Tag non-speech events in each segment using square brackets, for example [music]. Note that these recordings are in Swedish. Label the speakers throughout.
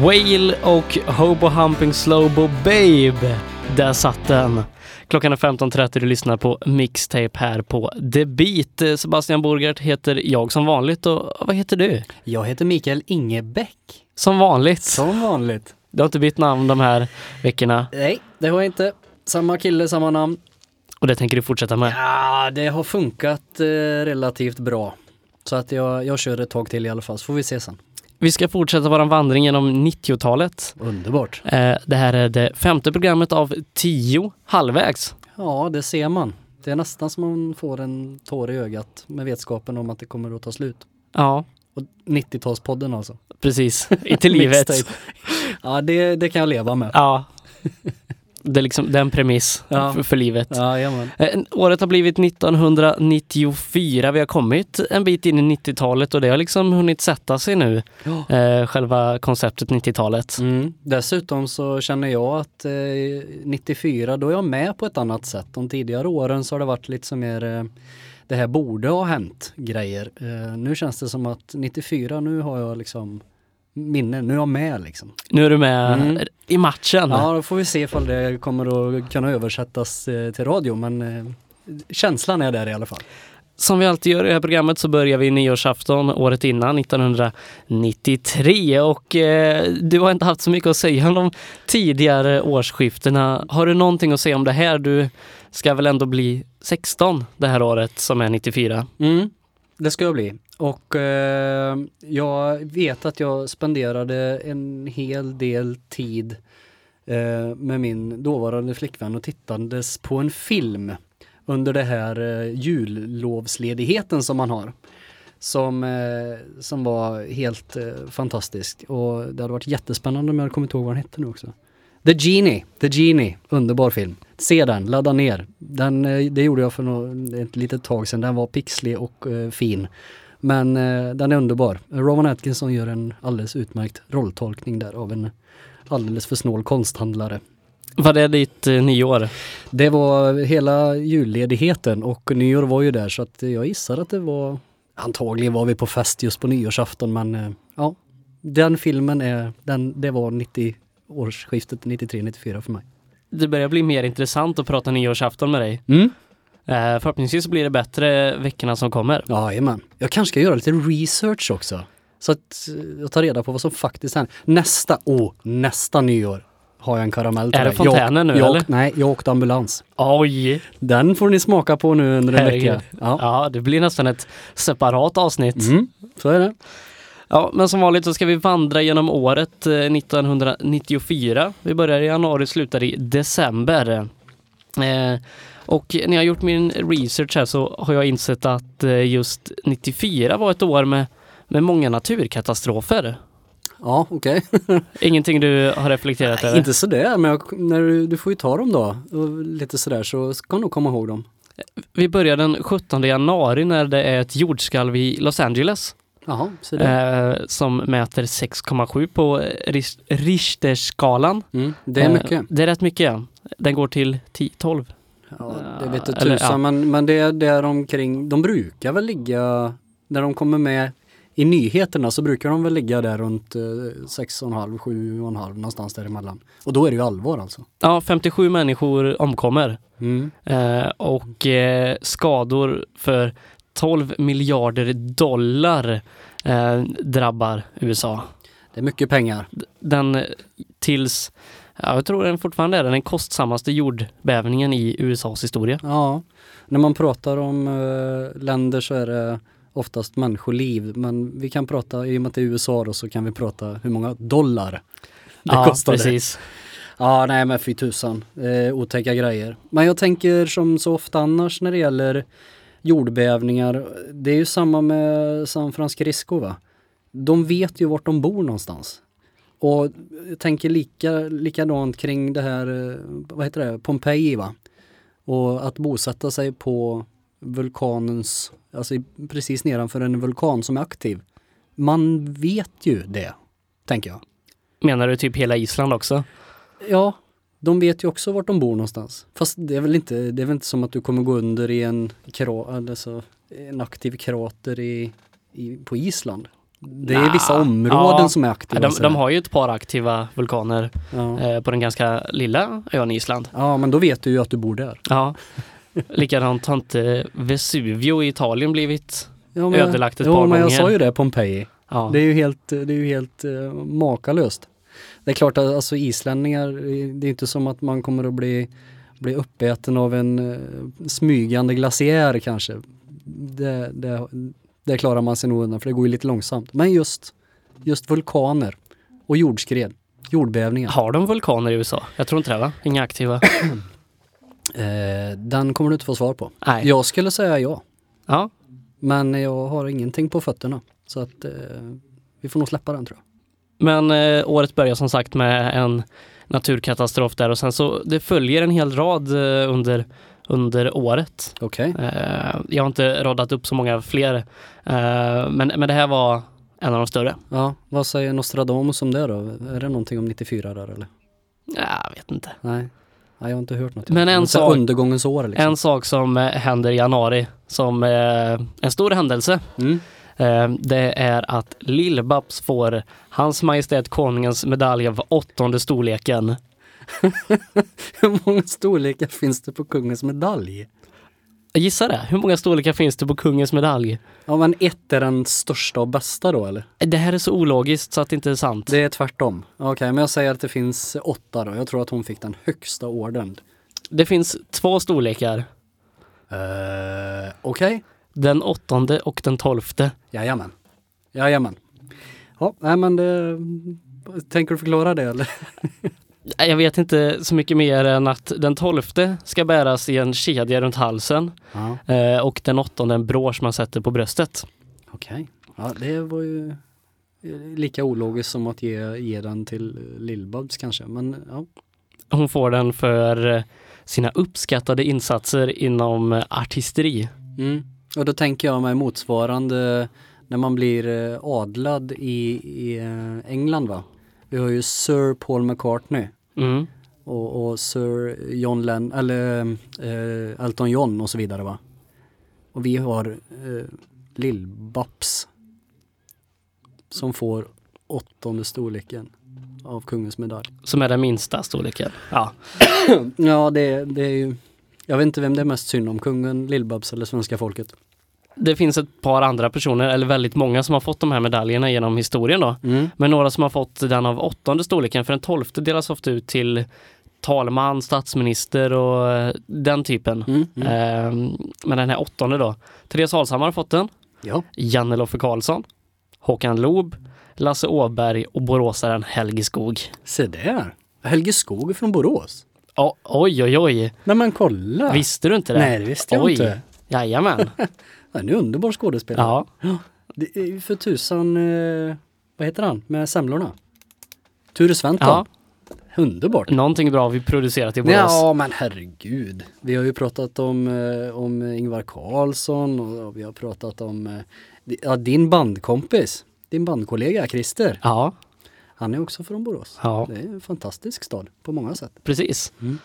Speaker 1: Whale och Hobo Humping Slowbo Babe. Där satt den. Klockan är 15.30 du lyssnar på Mixtape här på The Beat. Sebastian Borgert heter jag som vanligt och vad heter du?
Speaker 2: Jag heter Mikael Ingebäck.
Speaker 1: Som vanligt.
Speaker 2: Som vanligt.
Speaker 1: Du har inte bytt namn de här veckorna
Speaker 2: Nej, det har jag inte. Samma kille, samma namn.
Speaker 1: och det tänker du fortsätta med.
Speaker 2: Ja, det har funkat eh, relativt bra. Så att jag, jag kör ett tag till i alla fall, så får vi se sen.
Speaker 1: Vi ska fortsätta vår vandring genom 90-talet.
Speaker 2: Underbart.
Speaker 1: Eh, Det här är det femte programmet av tio, halvvägs.
Speaker 2: Ja, det ser man. Det är nästan som man får en tår i ögat med vetskapen om att det kommer att ta slut.
Speaker 1: Ja,
Speaker 2: Och 90-talspodden alltså. [laughs]
Speaker 1: precis. Inte livet.
Speaker 2: Mixtape. Ja, det, det kan jag leva med.
Speaker 1: Ja. Det är liksom den premiss
Speaker 2: Ja.
Speaker 1: för, för livet.
Speaker 2: Ja, jajamän.
Speaker 1: Eh, Året har blivit 1994. Vi har kommit en bit in i 90-talet och det har liksom hunnit sätta sig nu,
Speaker 2: Ja.
Speaker 1: eh, själva konceptet 90-talet.
Speaker 2: Mm. Dessutom så känner jag att eh, 94, då är jag med på ett annat sätt. De tidigare åren så har det varit lite som mer eh, det här borde ha hänt grejer. Eh, nu känns det som att 94, nu har jag liksom minnen, nu är jag med liksom.
Speaker 1: Nu är du med
Speaker 2: Mm.
Speaker 1: i matchen.
Speaker 2: Ja, då får vi se ifall det kommer att kunna översättas eh, till radio, men eh, känslan är där i alla fall.
Speaker 1: Som vi alltid gör i det här programmet så börjar vi nyårsafton året innan, 1993. Och eh, du har inte haft så mycket att säga om de tidigare årsskiftena. Har du någonting att säga om det här? Du ska väl ändå bli 16 det här året som är 94?
Speaker 2: Mm, det ska jag bli. Och eh, jag vet att jag spenderade en hel del tid eh, med min dåvarande flickvän och tittandes på en film under det här eh, jullovsledigheten som man har. Som, eh, som var helt eh, fantastisk och det hade varit jättespännande om jag hade kommit ihåg vad den hette nu också. The Genie, The Genie, underbar film. Se den, ladda ner. Den, eh, det gjorde jag för nå- ett litet tag sedan, den var pixlig och eh, fin. Men eh, den är underbar. Rowan Atkinson gör en alldeles utmärkt rolltolkning där av en alldeles för snål konsthandlare.
Speaker 1: Vad är ditt eh, nyår?
Speaker 2: Det var hela julledigheten och nyår var ju där så att jag gissar att det var antagligen var vi på fest just på nyårsafton men eh, ja, den filmen är, den, det var 90 årsskiftet 93-94 för mig.
Speaker 1: Det börjar bli mer intressant att prata nyårsafton med dig.
Speaker 2: Mm.
Speaker 1: Eh, förhoppningsvis blir det bättre veckorna som kommer.
Speaker 2: Jajamän. Jag kanske ska göra lite research också. Så att eh, jag tar reda på vad som faktiskt händer. Nästa, oh, nästa nyår har jag en karamell till
Speaker 1: Är det
Speaker 2: dig. Jag åk-
Speaker 1: fontänen nu,
Speaker 2: jag,
Speaker 1: eller?
Speaker 2: åk- Nej, jag åkte ambulans.
Speaker 1: Oj!
Speaker 2: Den får ni smaka på nu under en
Speaker 1: Herregud.
Speaker 2: vecka. Ja.
Speaker 1: Ja, det blir nästan ett separat avsnitt.
Speaker 2: Mm, så är det.
Speaker 1: Ja, men som vanligt så ska vi vandra genom året eh, 1994. Vi börjar i januari och slutar i december. Eh, och när jag gjort min research här så har jag insett att eh, just 94 var ett år med, med många naturkatastrofer.
Speaker 2: Ja, okej.
Speaker 1: Ingenting du har reflekterat över?
Speaker 2: Inte sådär, men jag, när du, du får ju ta dem då. Och lite sådär så ska du nog komma ihåg dem.
Speaker 1: Vi börjar den 17 januari när det är ett jordskalv i Los Angeles
Speaker 2: Jaha, så det.
Speaker 1: eh, som mäter 6,7 på eh, Ris- Richterskalan.
Speaker 2: Mm, det är
Speaker 1: Eh,
Speaker 2: mycket.
Speaker 1: Det är rätt mycket. Den går till 10, 12.
Speaker 2: Ja, det vet du
Speaker 1: Eller,
Speaker 2: tusan,
Speaker 1: ja.
Speaker 2: men, men det är där omkring, de brukar väl ligga, när de kommer med i nyheterna så brukar de väl ligga där runt eh, 6,5, 7,5 någonstans däremellan. Och då är det ju allvar alltså.
Speaker 1: Ja, 57 människor omkommer
Speaker 2: Mm.
Speaker 1: eh, och eh, skador för 12 miljarder dollar eh, drabbar USA.
Speaker 2: Det är mycket pengar.
Speaker 1: Den eh, tills, ja, jag tror den fortfarande är den kostsammaste jordbävningen i USAs historia.
Speaker 2: Ja, när man pratar om eh, länder så är det oftast människoliv, men vi kan prata, i och med att det är USA då, så kan vi prata hur många dollar det
Speaker 1: ja,
Speaker 2: kostade.
Speaker 1: precis.
Speaker 2: Ja, nej men fy tusan. Eh, otäcka grejer. Men jag tänker som så ofta annars när det gäller jordbävningar. Det är ju samma med San Francisco va? De vet ju vart de bor någonstans. Och jag tänker lika, likadant kring det här, eh, vad heter det, Pompeji va? Och att bosätta sig på vulkanens, alltså i- precis nedanför en vulkan som är aktiv. Man vet ju det, tänker jag.
Speaker 1: Menar du typ hela Island också?
Speaker 2: Ja, de vet ju också vart de bor någonstans. Fast det är väl inte, det är väl inte som att du kommer gå under i en, kra, alltså, en aktiv krater i, i, på Island. Det är vissa
Speaker 1: Nja,
Speaker 2: områden
Speaker 1: ja.
Speaker 2: som är aktiva.
Speaker 1: De,
Speaker 2: så
Speaker 1: de
Speaker 2: här.
Speaker 1: har ju ett par aktiva vulkaner
Speaker 2: ja.
Speaker 1: eh, på den ganska lilla ön Island.
Speaker 2: ja, men då vet du ju att du bor där.
Speaker 1: Ja. [laughs] Likadant har inte Vesuvio i Italien blivit.
Speaker 2: Ja,
Speaker 1: Ödelagt ett
Speaker 2: jo,
Speaker 1: par
Speaker 2: men jag
Speaker 1: gånger.
Speaker 2: sa ju det, Pompeji.
Speaker 1: Ja.
Speaker 2: Det är ju helt, det är ju helt eh, makalöst. Det är klart att alltså, islänningar, eh, det är inte som att man kommer att bli, bli uppäten av en eh, smygande glaciär kanske. Det, det, det klarar man sig nog undan för det går ju lite långsamt. Men just, just vulkaner och jordskred, jordbävningar.
Speaker 1: Har de vulkaner i USA? Jag tror inte det va? Inga [laughs] aktiva?
Speaker 2: Eh, den kommer du inte få svar på.
Speaker 1: Nej.
Speaker 2: Jag skulle säga ja,
Speaker 1: Ja.
Speaker 2: men jag har ingenting på fötterna. Så att eh, vi får nog släppa den tror jag.
Speaker 1: Men eh, året börjar som sagt med en naturkatastrof där och sen så det följer en hel rad eh, under, under året.
Speaker 2: Okej.
Speaker 1: Eh, jag har inte radat upp så många fler, eh, men, men det här var en av de större.
Speaker 2: Ja, vad säger Nostradamus om det då? Är det någonting om 94 där eller?
Speaker 1: Ja, Jag vet inte.
Speaker 2: Nej, Nej jag har inte hört något.
Speaker 1: Men en
Speaker 2: Det är så
Speaker 1: sak-
Speaker 2: Undergångens år liksom.
Speaker 1: En sak som eh, händer i januari som eh, en stor händelse,
Speaker 2: Mm. [laughs]
Speaker 1: eh, det är att Lill-Babs får Hans Majestät Konungens medalj av åttonde storleken.
Speaker 2: Hur många storlekar finns det på kungens medalj?
Speaker 1: Gissa det, hur många storlekar finns det på kungens medalj?
Speaker 2: Ja men ett är den största och bästa då eller?
Speaker 1: Det här är så ologiskt så att det inte är sant.
Speaker 2: Det är tvärtom. Okej, men jag säger att det finns åtta då. Jag tror att hon fick den högsta orden.
Speaker 1: Det finns två storlekar.
Speaker 2: Uh, Okej,
Speaker 1: Den åttonde och den tolfte.
Speaker 2: jajamän. Jajamän. Ja, nej men det... Tänker du förklara det eller?
Speaker 1: Nej, Eh, Jag vet inte så mycket mer än att den tolfte ska bäras i en kedja runt halsen
Speaker 2: Ja,
Speaker 1: eh, och den åttonde en brosch man sätter på bröstet.
Speaker 2: okej. Ja, det var ju eh, lika ologiskt som att ge, ge den till eh, Lill-Babs kanske. Men ja,
Speaker 1: Hon får den för eh, sina uppskattade insatser inom eh, artisteri.
Speaker 2: Mm. Och då tänker jag mig motsvarande när man blir eh, adlad i, i eh, England va? Vi har ju Sir Paul McCartney
Speaker 1: Mm.
Speaker 2: och, och Sir John Lenn, eller eh, Elton John och så vidare va? Och vi har eh, Lill-Babs som får åttonde storleken av kungens medalj.
Speaker 1: Som är den minsta storleken. Ja.
Speaker 2: Ja, det, det är ju... Jag vet inte vem det är mest synd om, kungen, Lill-Babs eller svenska folket.
Speaker 1: Det finns ett par andra personer, eller väldigt många, som har fått de här medaljerna genom historien då.
Speaker 2: Mm.
Speaker 1: Men några som har fått den av åttonde storleken, för den tolfte delas ofta ut till talman, statsminister och eh, den typen.
Speaker 2: Mm. Mm.
Speaker 1: Ehm, Men den här åttonde då. Therese Alshammar har fått den,
Speaker 2: Ja.
Speaker 1: Janne Loffe Karlsson, Håkan Loob, Lasse Åberg och boråsaren Helge Skog.
Speaker 2: Se där! Helge Skog är från Borås.
Speaker 1: Ja, oj, oj, oj.
Speaker 2: Nej men kolla!
Speaker 1: Visste du inte det?
Speaker 2: Nej det visste jag
Speaker 1: oj.
Speaker 2: inte. [laughs]
Speaker 1: Jajamän.
Speaker 2: Han är en underbar skådespelare.
Speaker 1: Ja.
Speaker 2: Det är ju för tusan, eh, vad heter han med semlorna? Ture Sventon.
Speaker 1: ja,
Speaker 2: Underbart.
Speaker 1: någonting bra vi producerat i Borås.
Speaker 2: Ja men herregud. Vi har ju pratat om, eh, om Ingvar Carlsson och vi har pratat om eh, di- ja, din bandkompis, din bandkollega Christer.
Speaker 1: ja,
Speaker 2: Han är också från Borås.
Speaker 1: ja.
Speaker 2: Det är en fantastisk stad på många sätt.
Speaker 1: Precis.
Speaker 2: Mm.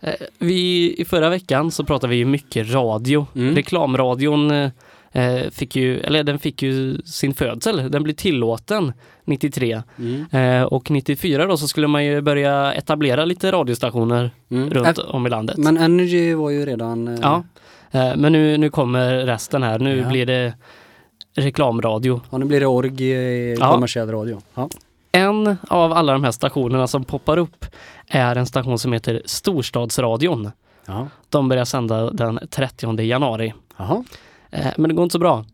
Speaker 1: Eh, Vi, I förra veckan så pratade vi ju mycket radio.
Speaker 2: Mm.
Speaker 1: Reklamradion eh, eh, fick ju, eller den fick ju sin födsel, den blev tillåten 93.
Speaker 2: Mm.
Speaker 1: Eh, Och 94 då så skulle man ju börja etablera lite radiostationer
Speaker 2: Mm.
Speaker 1: runt om i landet.
Speaker 2: Men Energy var ju redan... eh,
Speaker 1: Ja. Eh, Men nu, nu kommer resten här, nu
Speaker 2: Ja.
Speaker 1: blir det reklamradio.
Speaker 2: Ja, nu blir det org i
Speaker 1: Ja.
Speaker 2: kommersiell radio. Ja.
Speaker 1: En av alla de här stationerna som poppar upp är en station som heter Storstadsradion.
Speaker 2: Ja.
Speaker 1: De börjar sända den 30 januari.
Speaker 2: Jaha.
Speaker 1: Eh, Men det går inte så bra.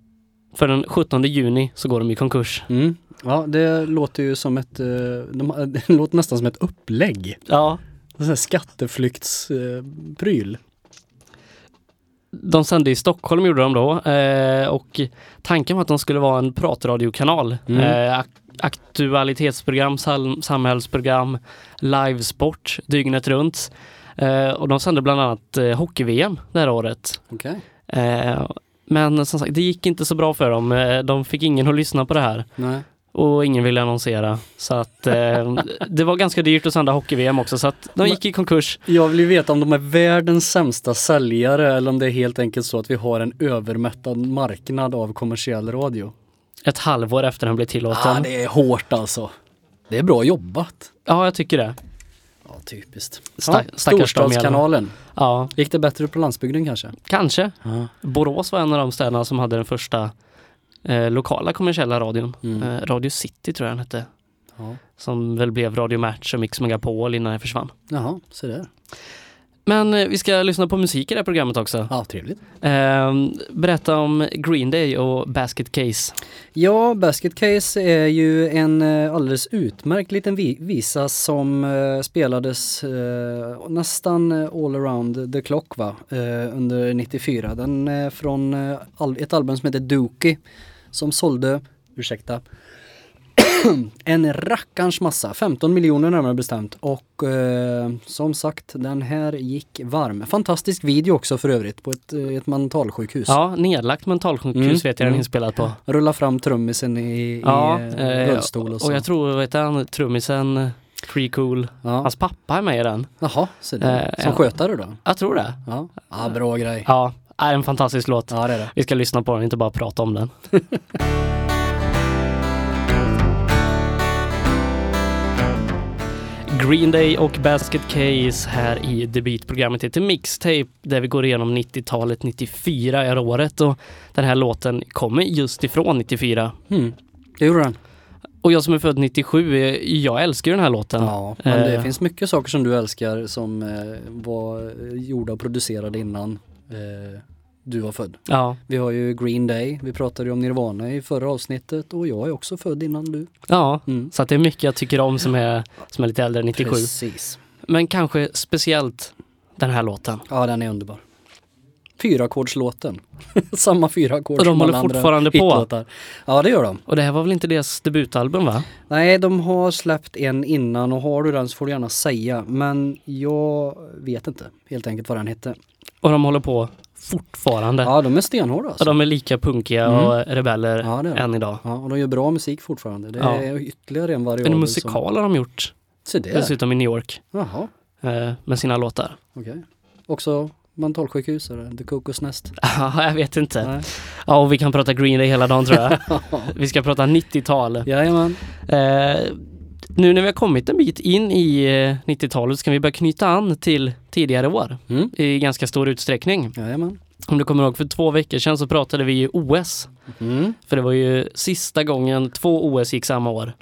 Speaker 1: För den 17 juni så går de i konkurs.
Speaker 2: Mm. Ja, det låter ju som ett, eh, de, [laughs] det låter nästan som ett upplägg.
Speaker 1: Ja.
Speaker 2: En sån här skatteflyktspryl.
Speaker 1: De sände i Stockholm gjorde de då eh, och tanken var att de skulle vara en pratradiokanal.
Speaker 2: Mm.
Speaker 1: Eh, ak- aktualitetsprogram, sal- samhällsprogram, livesport dygnet runt. Eh, och de sände bland annat eh, hockey-VM det här året.
Speaker 2: Okej.
Speaker 1: Eh, men som sagt, det gick inte så bra för dem. Eh, de fick ingen att lyssna på det här
Speaker 2: Nej.
Speaker 1: och ingen ville annonsera. Så att
Speaker 2: [laughs]
Speaker 1: eh, det var ganska dyrt att sända hockey-VM också så att de gick i konkurs.
Speaker 2: Jag vill ju veta om de är världens sämsta säljare eller om det är helt enkelt så att vi har en övermättad marknad av kommersiell radio.
Speaker 1: Ett halvår efter han blev tillåten.
Speaker 2: Ah, det är hårt alltså. Det är bra jobbat.
Speaker 1: Ja, jag tycker det.
Speaker 2: Ja, typiskt.
Speaker 1: Sta-
Speaker 2: ja,
Speaker 1: stackars dem i alla fall.
Speaker 2: Storstadskanalen.
Speaker 1: Ja,
Speaker 2: Gick det bättre på landsbygden kanske?
Speaker 1: kanske.
Speaker 2: Ja.
Speaker 1: Borås var en av de städerna som hade den första eh, lokala kommersiella radion.
Speaker 2: Mm.
Speaker 1: Eh, Radio City tror jag den hette. Som väl blev Radio Match och Mix Megapol innan den försvann.
Speaker 2: Jaha, se där.
Speaker 1: Men eh, vi ska lyssna på musik i det här programmet också.
Speaker 2: Ja, trevligt.
Speaker 1: Eh, berätta om Green Day och Basket Case.
Speaker 2: Ja, Basket Case är ju en eh, alldeles utmärkt liten vi- visa som eh, spelades eh, nästan eh, all around the clock va? Eh, under 94. Den är från eh, al- ett album som heter Dookie som sålde, ursäkta, [clears throat] en rackarns massa, 15 miljoner närmare bestämt. Och eh, som sagt, den här gick varm. Fantastisk video också för övrigt på ett, eh, ett mentalsjukhus.
Speaker 1: Ja, nedlagt mentalsjukhus
Speaker 2: Mm,
Speaker 1: vet jag den
Speaker 2: mm.
Speaker 1: är inspelad på.
Speaker 2: Rulla fram trummisen i,
Speaker 1: Ja,
Speaker 2: i eh,
Speaker 1: eh,
Speaker 2: rullstol och så.
Speaker 1: Och jag tror, vet han, trummisen eh, Free Cool,
Speaker 2: ja.
Speaker 1: hans pappa är med i den.
Speaker 2: Jaha, så det.
Speaker 1: Eh,
Speaker 2: Som
Speaker 1: ja.
Speaker 2: skötare då?
Speaker 1: Jag tror det.
Speaker 2: Ja. ja, bra grej.
Speaker 1: Ja, är en fantastisk låt.
Speaker 2: Ja, det är det.
Speaker 1: Vi ska lyssna på den, inte bara prata om den. [laughs] Green Day och Basket Case här i debutprogrammet heter Mixtape där vi går igenom 90-talet, 94 är året och den här låten kommer just ifrån 94.
Speaker 2: Mm. Det gjorde den.
Speaker 1: Och jag som är född 97, eh, jag älskar ju den här låten.
Speaker 2: Ja, men det
Speaker 1: Eh.
Speaker 2: finns mycket saker som du älskar som eh, var eh, gjorda och producerade innan eh, du var född.
Speaker 1: Ja,
Speaker 2: Vi har ju Green Day, vi pratade ju om Nirvana i förra avsnittet och jag är också född innan du.
Speaker 1: ja.
Speaker 2: Mm.
Speaker 1: så att det är mycket jag tycker om som är, som är lite äldre än 97.
Speaker 2: Precis.
Speaker 1: Men kanske speciellt den här låten.
Speaker 2: Ja, den är underbar. Fyrackordslåten. [laughs] Samma fyrackord
Speaker 1: Och de
Speaker 2: som alla
Speaker 1: håller
Speaker 2: andra
Speaker 1: fortfarande på.
Speaker 2: hitlåtar. Ja, det gör de.
Speaker 1: Och det här var väl inte deras debutalbum va?
Speaker 2: Nej, de har släppt en innan och har du den så får du gärna säga. Men jag vet inte helt enkelt vad den hette.
Speaker 1: Och de håller på fortfarande.
Speaker 2: Ja, de är stenhårda
Speaker 1: Och
Speaker 2: alltså.
Speaker 1: de är lika punkiga
Speaker 2: Mm.
Speaker 1: och rebeller
Speaker 2: Ja, det är de.
Speaker 1: än idag.
Speaker 2: Ja, och de gör bra musik fortfarande. Det
Speaker 1: Ja.
Speaker 2: är ytterligare en variabel.
Speaker 1: En musikal har de gjort,
Speaker 2: Som... Se där.
Speaker 1: dessutom i New York,
Speaker 2: Jaha,
Speaker 1: eh, med sina låtar. [laughs]
Speaker 2: okej. Också mentalsjukhus eller The Cocos Nest.
Speaker 1: jag vet inte.
Speaker 2: Nej.
Speaker 1: Ja, och vi kan prata Green Day hela dagen tror
Speaker 2: [laughs]
Speaker 1: jag. vi ska prata 90-tal.
Speaker 2: Jajamän.
Speaker 1: Eh, nu när vi har kommit en bit in i eh, 90-talet så kan vi börja knyta an till tidigare år
Speaker 2: Mm.
Speaker 1: i ganska stor utsträckning.
Speaker 2: Jajamän.
Speaker 1: Om du kommer ihåg, för två veckor sedan så pratade vi ju OS.
Speaker 2: Mm.
Speaker 1: För det var ju sista gången två OS gick samma år.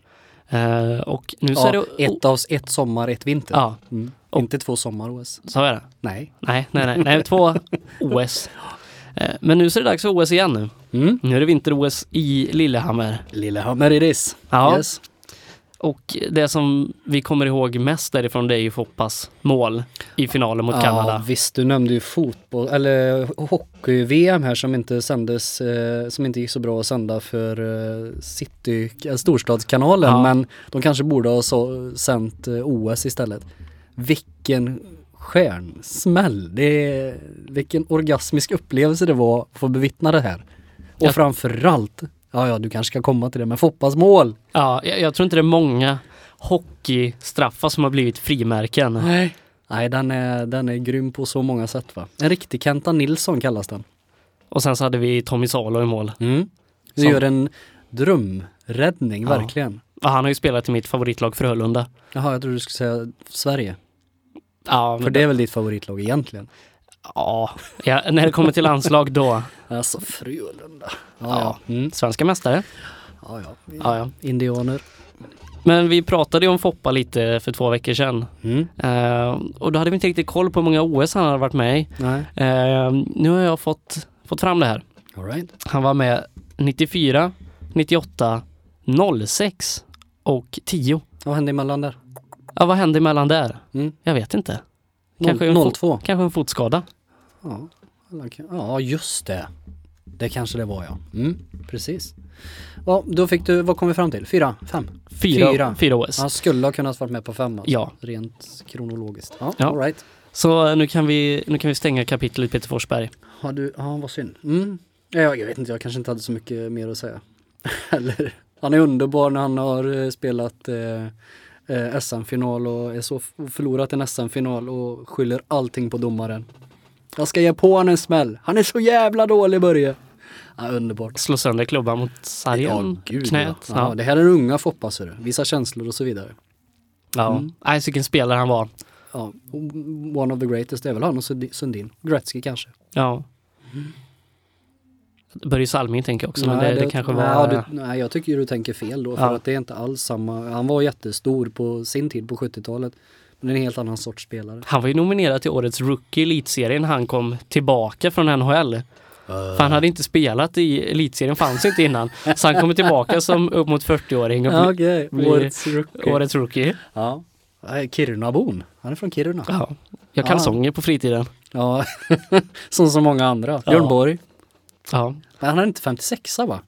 Speaker 1: Eh, och nu så är
Speaker 2: Ja,
Speaker 1: det...
Speaker 2: ett, av, ett sommar, ett vinter.
Speaker 1: Ja,
Speaker 2: Mm.
Speaker 1: Och-
Speaker 2: Inte två sommar-OS.
Speaker 1: sa jag det?
Speaker 2: Nej.
Speaker 1: Nej, nej, nej, nej två OS. Eh, Men nu så är det dags för OS igen nu.
Speaker 2: Mm.
Speaker 1: Nu är det vinter-OS i Lillehammer.
Speaker 2: Lillehammer it is.
Speaker 1: Ja.
Speaker 2: Yes.
Speaker 1: Och det som vi kommer ihåg mest därifrån det är ju Foppas mål i finalen mot
Speaker 2: Ja,
Speaker 1: Kanada.
Speaker 2: visst, du nämnde ju fotboll, eller hockey-VM här som inte sändes, eh, som inte gick så bra att sända för eh, city, eh, storstadskanalen,
Speaker 1: Ja.
Speaker 2: men de kanske borde ha så, sänt eh, OS istället. Vilken stjärnsmäll! Det, vilken orgasmisk upplevelse det var att få bevittna det här. Och
Speaker 1: Ja.
Speaker 2: framförallt, ja ja, du kanske ska komma till det, men Foppas mål!
Speaker 1: Ja, jag, jag tror inte det är många hockeystraffar som har blivit frimärken.
Speaker 2: Nej. Nej, den är, den är grym på så många sätt va. En riktig Kenta Nilsson kallas den.
Speaker 1: Och sen så hade vi Tommy Salo i mål.
Speaker 2: Mm. Du
Speaker 1: Som-
Speaker 2: gör en drömräddning,
Speaker 1: Ja.
Speaker 2: verkligen.
Speaker 1: Ja, han har ju spelat i mitt favoritlag Frölunda.
Speaker 2: Jaha, jag trodde du skulle säga Sverige.
Speaker 1: Ja,
Speaker 2: För
Speaker 1: men,
Speaker 2: det är väl ditt favoritlag egentligen?
Speaker 1: ja, ja, när det kommer till landslag då.
Speaker 2: Alltså Frölunda. Ja,
Speaker 1: Ja.
Speaker 2: ja. Mm.
Speaker 1: Svenska mästare.
Speaker 2: ja, ja. Vi-
Speaker 1: Ja, ja.
Speaker 2: Indianer.
Speaker 1: Men vi pratade ju om Foppa lite för två veckor sedan.
Speaker 2: Mm.
Speaker 1: Eh, och då hade vi inte riktigt koll på hur många OS han hade varit med i.
Speaker 2: Nej.
Speaker 1: Eh, nu har jag fått, fått fram det här.
Speaker 2: All right.
Speaker 1: Han var med 94, 98, 06 och 10.
Speaker 2: Vad hände emellan där?
Speaker 1: Ja, vad hände emellan där?
Speaker 2: Mm.
Speaker 1: Jag vet inte. Kanske en,
Speaker 2: Noll-
Speaker 1: fot,
Speaker 2: 02.
Speaker 1: kanske en fotskada.
Speaker 2: Ja. Alla kan- ja, just det. Det kanske det var ja. Mm. Precis. Ja, då fick du, vad kom vi fram till? Fyra? Fem?
Speaker 1: Fyra,
Speaker 2: Fyra.
Speaker 1: fyra. OS.
Speaker 2: Han skulle ha kunnat varit med på fem alltså.
Speaker 1: Ja,
Speaker 2: Rent kronologiskt. Ja,
Speaker 1: Ja.
Speaker 2: All right.
Speaker 1: så eh, nu kan vi, nu kan vi stänga kapitlet Peter Forsberg.
Speaker 2: Har du, ja vad synd. Mm. Ja, Jag, jag vet inte, jag kanske inte hade så mycket mer att säga. [laughs] Eller, han är underbar när han har eh, spelat eh, eh, SM-final och är så f- och förlorat en SM-final och skyller allting på domaren. Jag ska ge på honom en smäll. Han är så jävla dålig Börje. Ja, underbart.
Speaker 1: Slå sönder klubban mot sargen, knät.
Speaker 2: Ja. Ja, det här är unga Foppa, ser du. Visa känslor och så vidare.
Speaker 1: Ja.
Speaker 2: Mm.
Speaker 1: Nej, så vilken spelare han var.
Speaker 2: Ja, one of the greatest, det är väl han och Sundi- Sundin. Gretzky kanske.
Speaker 1: Ja. Börje Salming tänker jag också, men
Speaker 2: Mm. Nej,
Speaker 1: det, det kanske var...
Speaker 2: Ja, du, nej, jag tycker ju du tänker fel då, för
Speaker 1: Ja.
Speaker 2: att det är inte alls samma. Han var jättestor på sin tid, på 70-talet. Men en helt annan sorts spelare.
Speaker 1: Han var ju nominerad till årets rookie i elitserien när han kom tillbaka från NHL. För
Speaker 2: Eh.
Speaker 1: han hade inte spelat i elitserien, fanns inte innan. Så han kommer tillbaka som upp mot 40-åring och
Speaker 2: Ja,
Speaker 1: blir
Speaker 2: Okej,
Speaker 1: blir-
Speaker 2: årets rookie.
Speaker 1: årets rookie.
Speaker 2: Ja. Nej, Kirunabon. Han är från Kiruna.
Speaker 1: Ja. Jag kalsonger på fritiden.
Speaker 2: Ja, [laughs] som så många andra.
Speaker 1: Ja.
Speaker 2: Björn Borg.
Speaker 1: Ja.
Speaker 2: Men han är inte 56 va?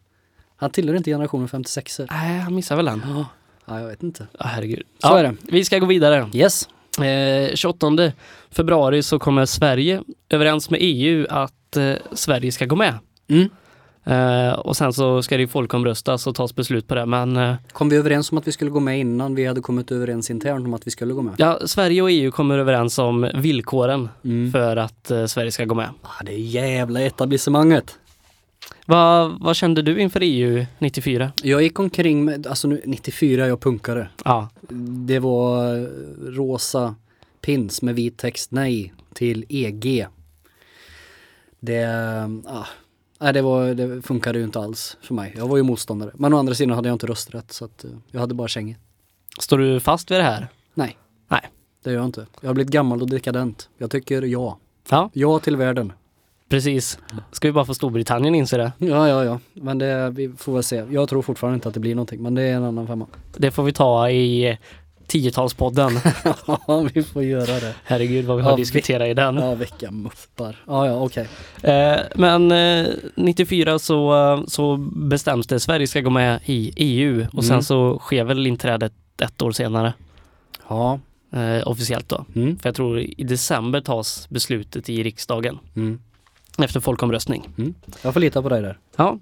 Speaker 2: Han tillhör inte generationen 56 er
Speaker 1: Nej, han missar väl den.
Speaker 2: Ja, jag vet inte.
Speaker 1: Ja, herregud.
Speaker 2: Så
Speaker 1: ja,
Speaker 2: är det.
Speaker 1: Vi ska gå vidare.
Speaker 2: Yes.
Speaker 1: Eh, 28 februari så kommer Sverige överens med EU att eh, Sverige ska gå med.
Speaker 2: Mm.
Speaker 1: Eh, och sen så ska det ju folkomröstas och tas beslut på det. Men eh,
Speaker 2: Kom vi överens om att vi skulle gå med innan vi hade kommit överens internt om att vi skulle gå med?
Speaker 1: ja, Sverige och EU kommer överens om villkoren
Speaker 2: Mm.
Speaker 1: för att eh, Sverige ska gå med.
Speaker 2: Ah, det är jävla etablissemanget.
Speaker 1: Vad, vad kände du inför E EU 94?
Speaker 2: Jag gick omkring med, alltså nu, 94 jag punkade.
Speaker 1: Ja,
Speaker 2: Det var eh, rosa pins med vit text nej till EG. Det, ah, nej, det, var, det funkade ju inte alls för mig. Jag var ju motståndare. Men å andra sidan hade jag inte rösträtt så att eh, jag hade bara kängor.
Speaker 1: står du fast vid det här?
Speaker 2: Nej,
Speaker 1: Nej.
Speaker 2: det gör jag inte. Jag har blivit gammal och dekadent. Jag tycker ja.
Speaker 1: Ja,
Speaker 2: Ja till världen.
Speaker 1: precis. Ska vi bara få Storbritannien inse det?
Speaker 2: Ja, ja, ja. Men det, vi får väl se. Jag tror fortfarande inte att det blir någonting, men det är en annan femma.
Speaker 1: Det får vi ta i eh, 10-talspodden.
Speaker 2: [laughs] Ja, vi får göra det.
Speaker 1: Herregud vad vi har
Speaker 2: Ja,
Speaker 1: diskuterat i den.
Speaker 2: Ja, vilka muppar. Ja, ja, okej.
Speaker 1: Eh, men eh, 94 så, eh, så bestäms det, Sverige ska gå med i EU och sen
Speaker 2: Mm.
Speaker 1: så sker väl inträdet ett år senare
Speaker 2: Ja.
Speaker 1: eh, officiellt då.
Speaker 2: Mm.
Speaker 1: För jag tror i december tas beslutet i riksdagen
Speaker 2: Mm.
Speaker 1: efter folkomröstning.
Speaker 2: Mm. Jag får lita på dig där.
Speaker 1: Ja.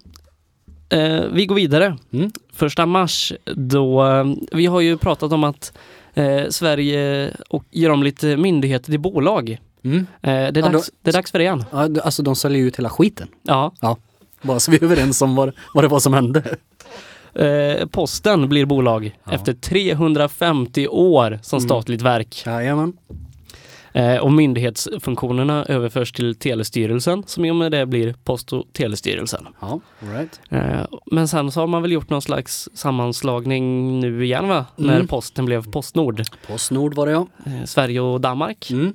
Speaker 1: Eh, vi går vidare.
Speaker 2: Mm.
Speaker 1: Första mars då, eh, vi har ju pratat om att eh, Sverige och ger om lite myndigheter till bolag. Eh,
Speaker 2: Mm.
Speaker 1: det, är
Speaker 2: Ja, då-
Speaker 1: dags, det är dags för det igen.
Speaker 2: Ja, d- alltså de säljer ju ut hela skiten.
Speaker 1: Ja.
Speaker 2: Ja. Bara så vi är överens om vad, vad det var som hände.
Speaker 1: Eh, posten blir bolag
Speaker 2: Ja.
Speaker 1: efter 350 år som
Speaker 2: Mm.
Speaker 1: statligt verk.
Speaker 2: Jajamän.
Speaker 1: Eh, och myndighetsfunktionerna överförs till Telestyrelsen som i och med det blir Post och telestyrelsen.
Speaker 2: Ja, all right.
Speaker 1: Eh, men sen så har man väl gjort någon slags sammanslagning nu igen va?
Speaker 2: Mm.
Speaker 1: När posten blev Postnord.
Speaker 2: Postnord var det ja.
Speaker 1: Eh, Sverige och Danmark.
Speaker 2: Mm.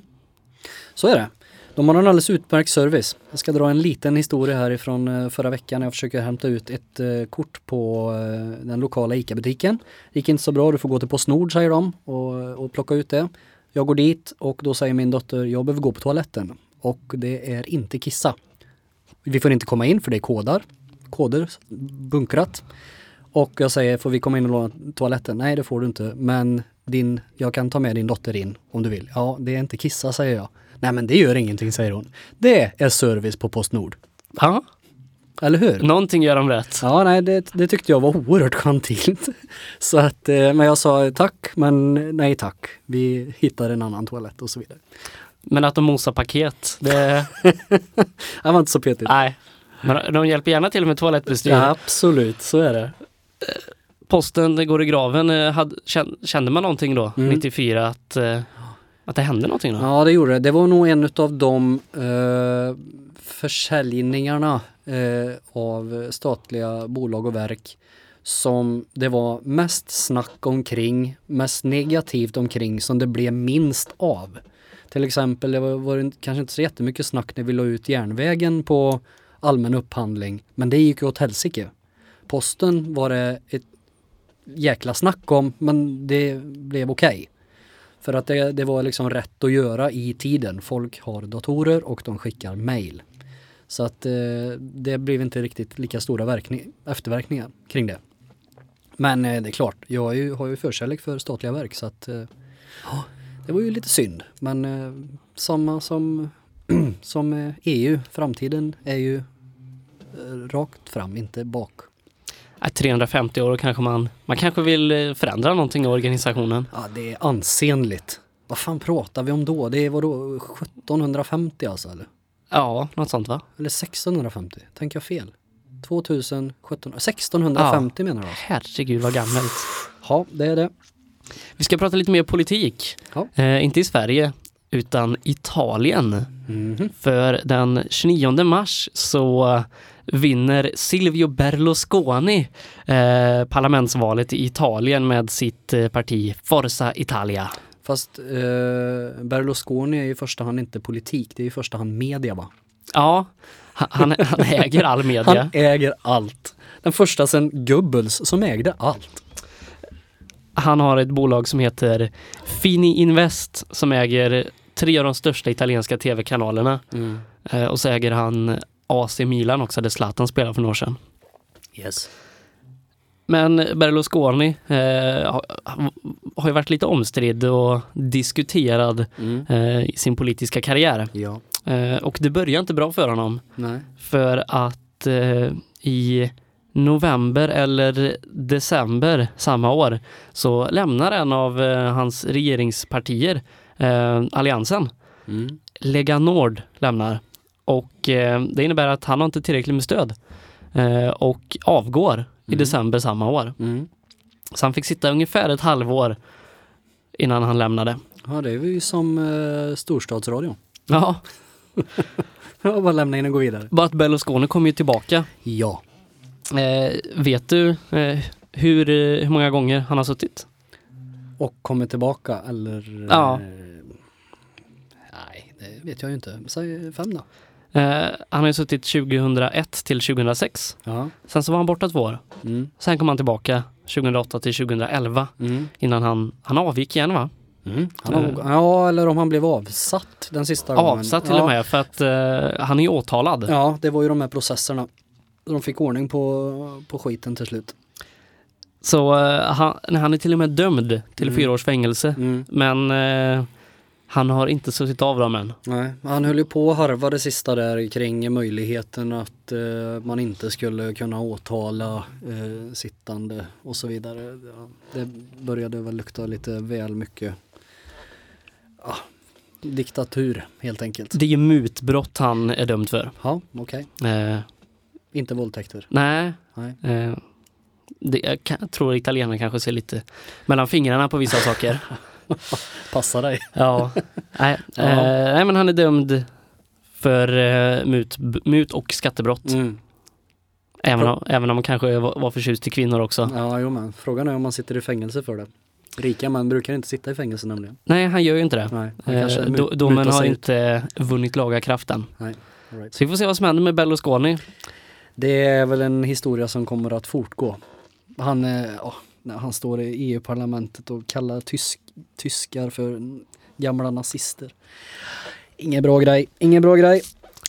Speaker 2: Så är det. De har en alldeles utmärkt service. Jag ska dra en liten historia härifrån eh, förra veckan. Jag försöker hämta ut ett eh, kort på eh, den lokala ICA-butiken. Det gick inte så bra, du får gå till Postnord säger de och, och plocka ut det. Jag går dit och då säger min dotter, jag behöver gå på toaletten och det är inte kissa. Vi får inte komma in för det är kodar. Koder, bunkrat. Och jag säger, får vi komma in och låna toaletten? Nej, det får du inte. Men din, jag kan ta med din dotter in om du vill. Ja, det är inte kissa, säger jag. Nej, men det gör ingenting, säger hon. Det är service på Postnord.
Speaker 1: Ja,
Speaker 2: Eller hur?
Speaker 1: någonting gör de rätt.
Speaker 2: Ja, nej, det, det tyckte jag var oerhört gentilt. [laughs] Så att, eh, men jag sa tack, men nej tack. Vi hittar en annan toalett och så vidare.
Speaker 1: Men att de mosar paket,
Speaker 2: [laughs]
Speaker 1: det...
Speaker 2: Det var inte så petigt.
Speaker 1: nej. Men de hjälper gärna till med toalettbestyr.
Speaker 2: Ja, absolut, så är det.
Speaker 1: posten går i graven, eh, hade, kän- kände man någonting då,
Speaker 2: Mm.
Speaker 1: 94, att, eh, att det hände någonting då?
Speaker 2: Ja, det gjorde det. Det var nog en av de eh, försäljningarna eh, av statliga bolag och verk som det var mest snack omkring, mest negativt omkring, som det blev minst av. Till exempel, det var, var det kanske inte så jättemycket snack när vi la ut järnvägen på allmän upphandling, men det gick ju åt helsike. Posten var det ett jäkla snack om, men det blev okej. För att det, det var liksom rätt att göra i tiden. Folk har datorer och de skickar mejl. Så att eh, det blev inte riktigt lika stora verkning, efterverkningar kring det. Men eh, det är klart, jag är ju, har ju förkärlek för statliga verk så att eh, ja, det var ju lite synd. Men eh, samma som, [clears throat] som eh, EU, framtiden är ju eh, rakt fram, inte bak.
Speaker 1: Äh, 350 år och kanske man, man kanske vill eh, förändra någonting i organisationen.
Speaker 2: Ja, det är ansenligt. Vad fan pratar vi om då? Det var då 1750 alltså eller?
Speaker 1: Ja, något sånt va?
Speaker 2: Eller 1650, tänker jag fel? 2000, 1700, 1650 menar du? alltså?
Speaker 1: Herregud vad gammalt.
Speaker 2: Ja, det är det.
Speaker 1: Vi ska prata lite mer politik.
Speaker 2: Ja.
Speaker 1: Eh, inte i Sverige, utan Italien.
Speaker 2: Mhm.
Speaker 1: För den 29 mars så vinner Silvio Berlusconi eh, parlamentsvalet i Italien med sitt eh, parti Forza Italia.
Speaker 2: Fast eh, Berlusconi är ju i första hand inte politik, det är i första hand media va?
Speaker 1: Ja, han, han- han äger all
Speaker 2: Han
Speaker 1: media.
Speaker 2: äger allt. Den första sen Goebbels som ägde allt.
Speaker 1: Han har ett bolag som heter Fini Invest som äger tre av de största italienska tv-kanalerna.
Speaker 2: Mm.
Speaker 1: Eh, och så äger han AC Milan också, där Zlatan spelade för några år sedan.
Speaker 2: Yes.
Speaker 1: Men Berlusconi eh, har, har ju varit lite omstridd och diskuterad
Speaker 2: Mm.
Speaker 1: eh, i sin politiska karriär.
Speaker 2: Ja.
Speaker 1: Eh, och det börjar inte bra för honom.
Speaker 2: Nej.
Speaker 1: För att eh, i november eller december samma år så lämnar en av eh, hans regeringspartier eh, Alliansen.
Speaker 2: Mm.
Speaker 1: Lega Nord lämnar. Och eh, det innebär att han har inte tillräckligt med stöd. Eh, och avgår i
Speaker 2: Mm.
Speaker 1: december samma år.
Speaker 2: Mm.
Speaker 1: Så han fick sitta ungefär ett halvår innan han lämnade.
Speaker 2: Ja, det är ju som eh, storstadsradion.
Speaker 1: Ja,
Speaker 2: Jag bara lämna in och gå vidare.
Speaker 1: bara att Berlusconi kom ju tillbaka.
Speaker 2: Ja.
Speaker 1: Eh, vet du eh, hur, eh, hur många gånger han har suttit?
Speaker 2: Och kommer tillbaka eller?
Speaker 1: Ja.
Speaker 2: eh, Nej, det vet jag ju inte. Säg fem då.
Speaker 1: Eh, han har ju suttit 2001 till 2006.
Speaker 2: Ja.
Speaker 1: Sen så var han borta två år.
Speaker 2: Mm.
Speaker 1: Sen kom han tillbaka 2008 till 2011
Speaker 2: Mm.
Speaker 1: innan han, han avgick igen va? Mm.
Speaker 2: Han har, ja, eller om han blev avsatt den sista gången.
Speaker 1: Eh. Avsatt till
Speaker 2: ja.
Speaker 1: och med för att eh, han är ju åtalad.
Speaker 2: Ja, det var ju de här processerna. De fick ordning på, på skiten till slut.
Speaker 1: Så eh, han, nej, han är till och med dömd till
Speaker 2: Mm.
Speaker 1: fyra års fängelse.
Speaker 2: Mm.
Speaker 1: Men eh, han har inte suttit av dem än.
Speaker 2: Nej, men han höll ju på och harvade sista där kring möjligheten att eh, man inte skulle kunna åtala eh, sittande och så vidare. Ja, det började väl lukta lite väl mycket ja, diktatur helt enkelt.
Speaker 1: Det är ju mutbrott han är dömd för.
Speaker 2: Ja, okej.
Speaker 1: Eh,
Speaker 2: Inte våldtäkter.
Speaker 1: nej.
Speaker 2: Nej.
Speaker 1: Eh, det, jag kan, tror italienarna kanske ser lite mellan fingrarna på vissa saker.
Speaker 2: Passa dig.
Speaker 1: Ja. [laughs] nej,
Speaker 2: Ja.
Speaker 1: eh, nej, men han är dömd för eh, mut, b- mut och skattebrott.
Speaker 2: Mm.
Speaker 1: Även, om, även om han kanske var, var förtjust i kvinnor också.
Speaker 2: Ja, jo men frågan är om man sitter i fängelse för det. Rika män brukar inte sitta i fängelse nämligen.
Speaker 1: Nej, han gör ju inte det.
Speaker 2: Nej, han kanske
Speaker 1: Eh,
Speaker 2: mut-
Speaker 1: do- domen
Speaker 2: mutar
Speaker 1: har
Speaker 2: sig ut.
Speaker 1: inte vunnit laga kraft än.
Speaker 2: Nej, all right.
Speaker 1: Så vi får se vad som händer med Berlusconi.
Speaker 2: Det är väl en historia som kommer att fortgå. Han, eh, ja, när han står i EU-parlamentet och kallar tysk, tyskar för gamla nazister. Ingen bra grej, ingen bra grej.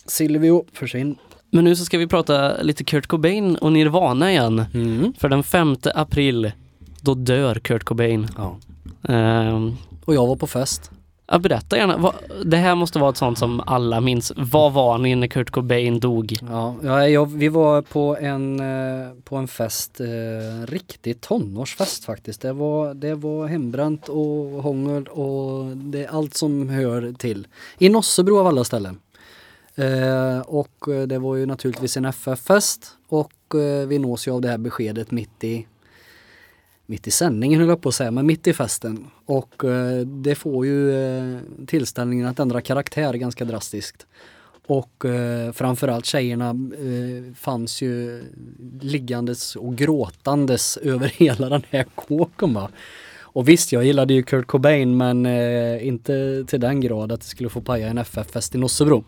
Speaker 2: Silvio, försvinn.
Speaker 1: Men nu så ska vi prata lite Kurt Cobain och Nirvana igen. För den 5 april, då dör Kurt Cobain.
Speaker 2: Ja.
Speaker 1: Ehm,
Speaker 2: Och jag var på fest.
Speaker 1: ja, berätta gärna, vad, det här måste vara ett sånt som alla minns. Vad var ni när Kurt Cobain dog?
Speaker 2: Ja, ja, jag, vi var på en, eh, på en fest, eh, riktig tonårsfest faktiskt. Det var, det var hembränt och hångel och det är allt som hör till. I Nossebro av alla ställen. Eh, och eh, det var ju naturligtvis en FF-fest och eh, vi nås ju av det här beskedet mitt i mitt i sändningen höll jag på att säga, men mitt i festen. Och eh, det får ju eh, tillställningen att ändra karaktär ganska drastiskt. Och eh, framförallt tjejerna eh, fanns ju liggandes och gråtandes [laughs] över hela den här kåken va. Och visst, jag gillade ju Kurt Cobain men eh, inte till den grad att det skulle få paja en FF-fest i Nossebro.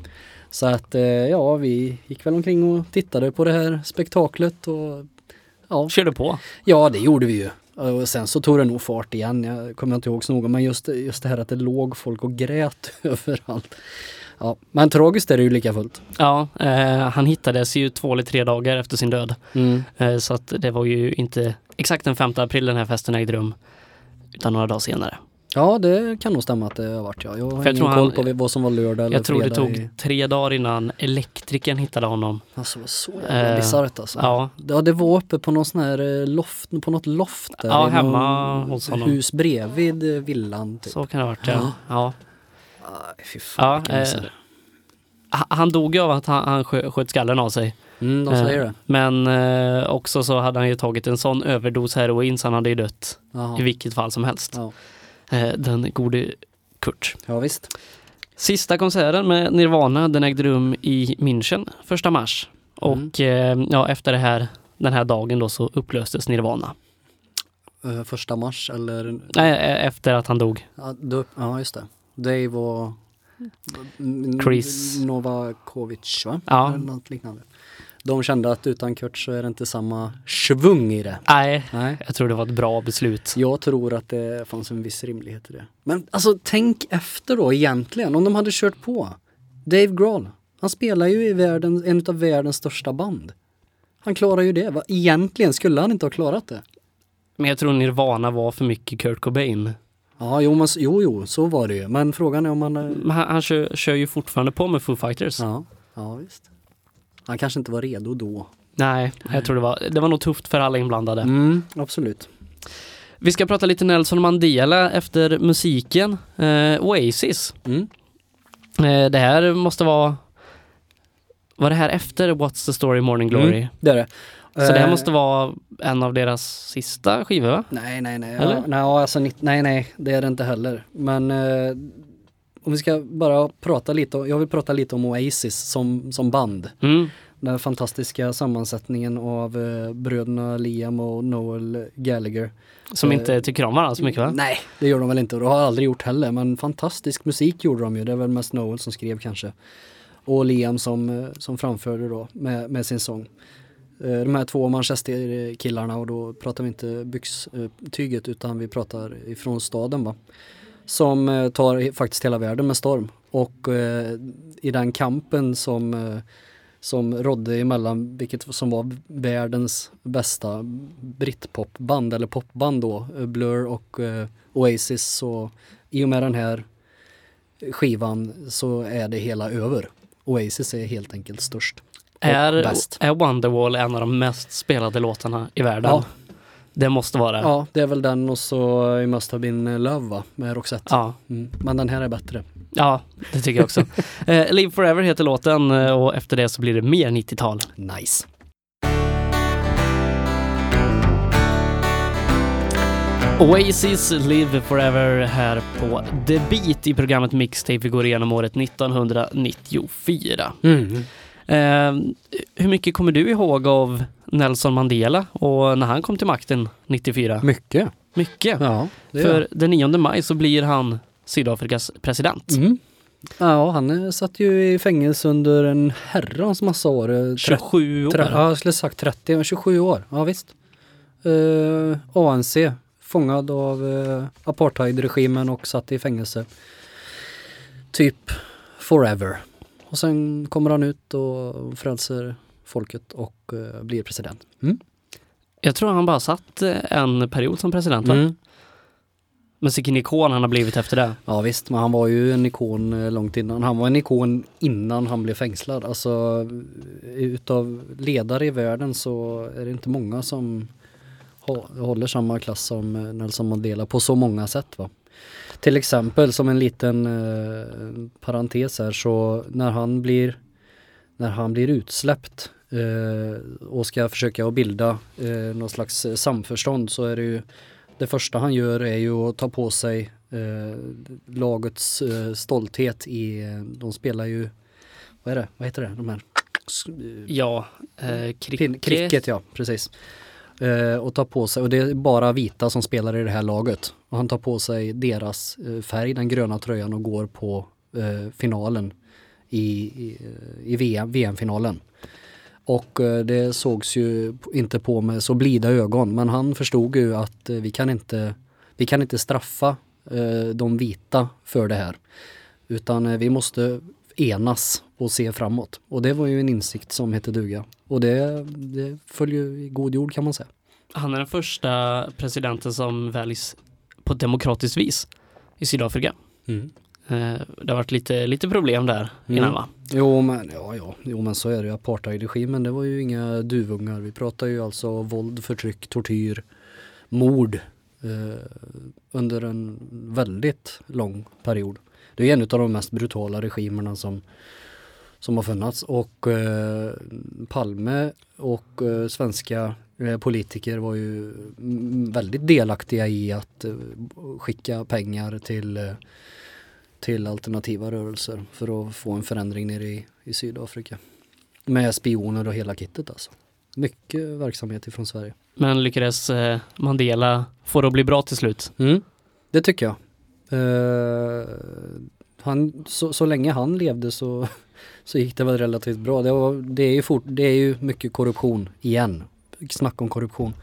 Speaker 2: Så att eh, ja, vi gick väl omkring och tittade på det här spektaklet och ja,
Speaker 1: Körde på.
Speaker 2: Ja, det gjorde vi ju. Och sen så tog det nog fart igen. Jag kommer inte ihåg så noga, men just, just det här att det låg folk och grät [laughs] överallt. Ja, men tragiskt är det ju lika fullt.
Speaker 1: Ja, eh, han hittades ju två eller tre dagar efter sin död. Eh, så att det var ju inte exakt den 5 april den här festen ägde rum. Utan några dagar senare.
Speaker 2: Ja, det kan nog stämma att det har varit ja. Jag har
Speaker 1: För jag
Speaker 2: ingen
Speaker 1: tror han-
Speaker 2: koll på vad som var lördag eller
Speaker 1: Jag tror det
Speaker 2: fredag
Speaker 1: tog
Speaker 2: i-
Speaker 1: tre dagar innan elektrikern hittade honom.
Speaker 2: Alltså det var så
Speaker 1: Eh,
Speaker 2: jävla bisarrt alltså. Ja.
Speaker 1: Ja,
Speaker 2: det var uppe på någon sån här eh, loft, på något loft där.
Speaker 1: Ja,
Speaker 2: i
Speaker 1: hemma
Speaker 2: någon
Speaker 1: hos honom.
Speaker 2: Hus bredvid eh, villan typ.
Speaker 1: så kan det ha varit. Ja.
Speaker 2: Ja.
Speaker 1: Ja.
Speaker 2: Aj, fy fan
Speaker 1: Ja,
Speaker 2: vilken
Speaker 1: eh,
Speaker 2: misär.
Speaker 1: Ha- Han dog ju av att han, han skö- sköt skallen av sig.
Speaker 2: Mm, de säger
Speaker 1: Eh,
Speaker 2: det.
Speaker 1: Men eh, också så hade han ju tagit en sån överdos heroin så han hade ju dött
Speaker 2: Jaha.
Speaker 1: i vilket fall som helst.
Speaker 2: Ja.
Speaker 1: Eh, den gode Kurt.
Speaker 2: ja visst.
Speaker 1: Sista konserten med Nirvana den ägde rum i München första mars.
Speaker 2: Mm.
Speaker 1: Och eh, ja, efter det här, den här dagen då så upplöstes Nirvana.
Speaker 2: Eh, första mars eller?
Speaker 1: Nej, eh, efter att han dog.
Speaker 2: Ja, då, ja just det. Dave och n-
Speaker 1: Mm. Chris.
Speaker 2: Novakovic va?
Speaker 1: Ja.
Speaker 2: Eller något liknande. De kände att utan Kurt så är det inte samma svung i det.
Speaker 1: Nej,
Speaker 2: Nej.
Speaker 1: jag tror det var ett bra beslut.
Speaker 2: Jag tror att det fanns en viss rimlighet i det. Men alltså tänk efter då egentligen, om de hade kört på. Dave Grohl, han spelar ju i världen, en av världens största band. Han klarar ju det. Va? Egentligen skulle han inte ha klarat det.
Speaker 1: Men jag tror Nirvana var för mycket Kurt Cobain.
Speaker 2: Ja, jo, men, s- jo, jo, så var det ju. Men frågan är om han... eh,
Speaker 1: Men Han, han kör, kör ju fortfarande på med Foo Fighters.
Speaker 2: Ja, ja visst. Han kanske inte var redo då.
Speaker 1: Nej, jag tror det var, det var nog tufft för alla inblandade.
Speaker 2: Mm, absolut.
Speaker 1: Vi ska prata lite Nelson Mandela efter musiken. Eh, Oasis.
Speaker 2: Mm.
Speaker 1: Eh, det här måste vara... Var det här efter What's the story Morning Glory?
Speaker 2: Mm, det är det.
Speaker 1: Så det här
Speaker 2: Eh,
Speaker 1: måste vara en av deras sista skivor va?
Speaker 2: Nej, nej, nej.
Speaker 1: Eller?
Speaker 2: Ja, nej, ja, alltså, nitt- nej, nej, det är det inte heller. Men eh, om vi ska bara prata lite, om- jag vill prata lite om Oasis som, som band.
Speaker 1: Mm.
Speaker 2: Den här fantastiska sammansättningen av eh, bröderna Liam och Noel Gallagher.
Speaker 1: Som
Speaker 2: Eh, Mm,
Speaker 1: inte tycker om varandra så mycket va?
Speaker 2: Nej, det gör de väl inte och det har jag aldrig gjort heller. Men fantastisk musik gjorde de ju. Det är väl mest Noel som skrev kanske. Och Liam som, eh, som framförde då med, med sin sång. Eh, De här två Manchester-killarna och då pratar vi inte byxtyget utan vi pratar ifrån staden va. Som eh, tar i- faktiskt hela världen med storm. Och eh, i den kampen som, eh, som rådde emellan vilket som var världens bästa brittpopband eller popband då, eh, Blur och eh, Oasis så i och med den här skivan så är det hela över. Oasis är helt enkelt störst. och
Speaker 1: Är,
Speaker 2: bäst.
Speaker 1: är Wonderwall en av de mest spelade låtarna i världen?
Speaker 2: Ja.
Speaker 1: Det måste vara.
Speaker 2: Ja, det är väl den och så I Must Have Been Love va, med Roxette.
Speaker 1: ja.
Speaker 2: Mm. Men den här är bättre.
Speaker 1: Ja, det tycker
Speaker 2: [laughs]
Speaker 1: jag också. eh, Live Forever heter låten eh, och efter det så blir det mer 90-tal.
Speaker 2: Nice.
Speaker 1: Oasis Live Forever här på The Beat i programmet Mixtape. Vi går igenom året 1994.
Speaker 2: Mm.
Speaker 1: Eh, hur mycket kommer du ihåg av Nelson Mandela och när han kom till makten 94?
Speaker 2: Mycket.
Speaker 1: Mycket.
Speaker 2: Ja, det är
Speaker 1: För den 9 maj så blir han Sydafrikas president.
Speaker 2: Mm. Ja, han eh, satt ju i fängelse under en herrans massa år. eh,
Speaker 1: 27
Speaker 2: Tre,
Speaker 1: år.
Speaker 2: ja, jag skulle sagt 30, men 27 år. Ja visst. Eh, ANC, fångad av eh, apartheidregimen och satt i fängelse. Typ forever. Och sen kommer han ut och frälser folket och eh, blir president. Mm.
Speaker 1: Jag tror han bara satt eh, en period som president.
Speaker 2: Mm.
Speaker 1: va? Men vilken ikon han har blivit efter det.
Speaker 2: Ja visst, men han var ju en ikon eh, långt innan. Han var en ikon innan han blev fängslad. Alltså utav ledare i världen så är det inte många som hå- håller samma klass som eh, Nelson Mandela på så många sätt. Va? Till exempel som en liten eh, parentes här så när han blir, när han blir utsläppt eh, och ska försöka att bilda eh, någon slags eh, samförstånd så är det ju det första han gör är ju att ta på sig eh, lagets eh, stolthet i, eh, de spelar ju, vad är det, vad heter det, de här?
Speaker 1: Ja, eh, cricket.
Speaker 2: Pin, cricket ja, precis. Eh, och tar på sig, och det är bara vita som spelar i det här laget. Och han tar på sig deras eh, färg, den gröna tröjan och går på eh, finalen i, i, eh, i VM, VM-finalen. Och eh, det sågs ju p- inte på med så blida ögon men han förstod ju att eh, vi kan inte, vi kan inte straffa eh, de vita för det här. Utan eh, vi måste enas och se framåt. Och det var ju en insikt som hette duga. Och det, det följer ju i god jord kan man säga.
Speaker 1: Han är den första presidenten som väljs på demokratiskt vis i Sydafrika. Eh, Det har varit lite, lite problem där innan
Speaker 2: Mm.
Speaker 1: va?
Speaker 2: Jo men, ja, ja. jo men så är det ju. Apartheidregimen det var ju inga duvungar. Vi pratar ju alltså våld, förtryck, tortyr, mord eh, under en väldigt lång period. Det är en av de mest brutala regimerna som, som har funnits och eh, Palme och eh, svenska eh, politiker var ju mm, väldigt delaktiga i att eh, skicka pengar till eh, till alternativa rörelser för att få en förändring nere i, i Sydafrika. Med spioner och hela kittet alltså. Mycket verksamhet ifrån Sverige.
Speaker 1: Men lyckades eh, Mandela få det att bli bra till slut?
Speaker 2: Det tycker jag. Eh, han, så, så länge han levde så, [laughs] så gick det väl relativt bra. Det, var, det, är ju fort, det är ju mycket korruption igen. Snack om korruption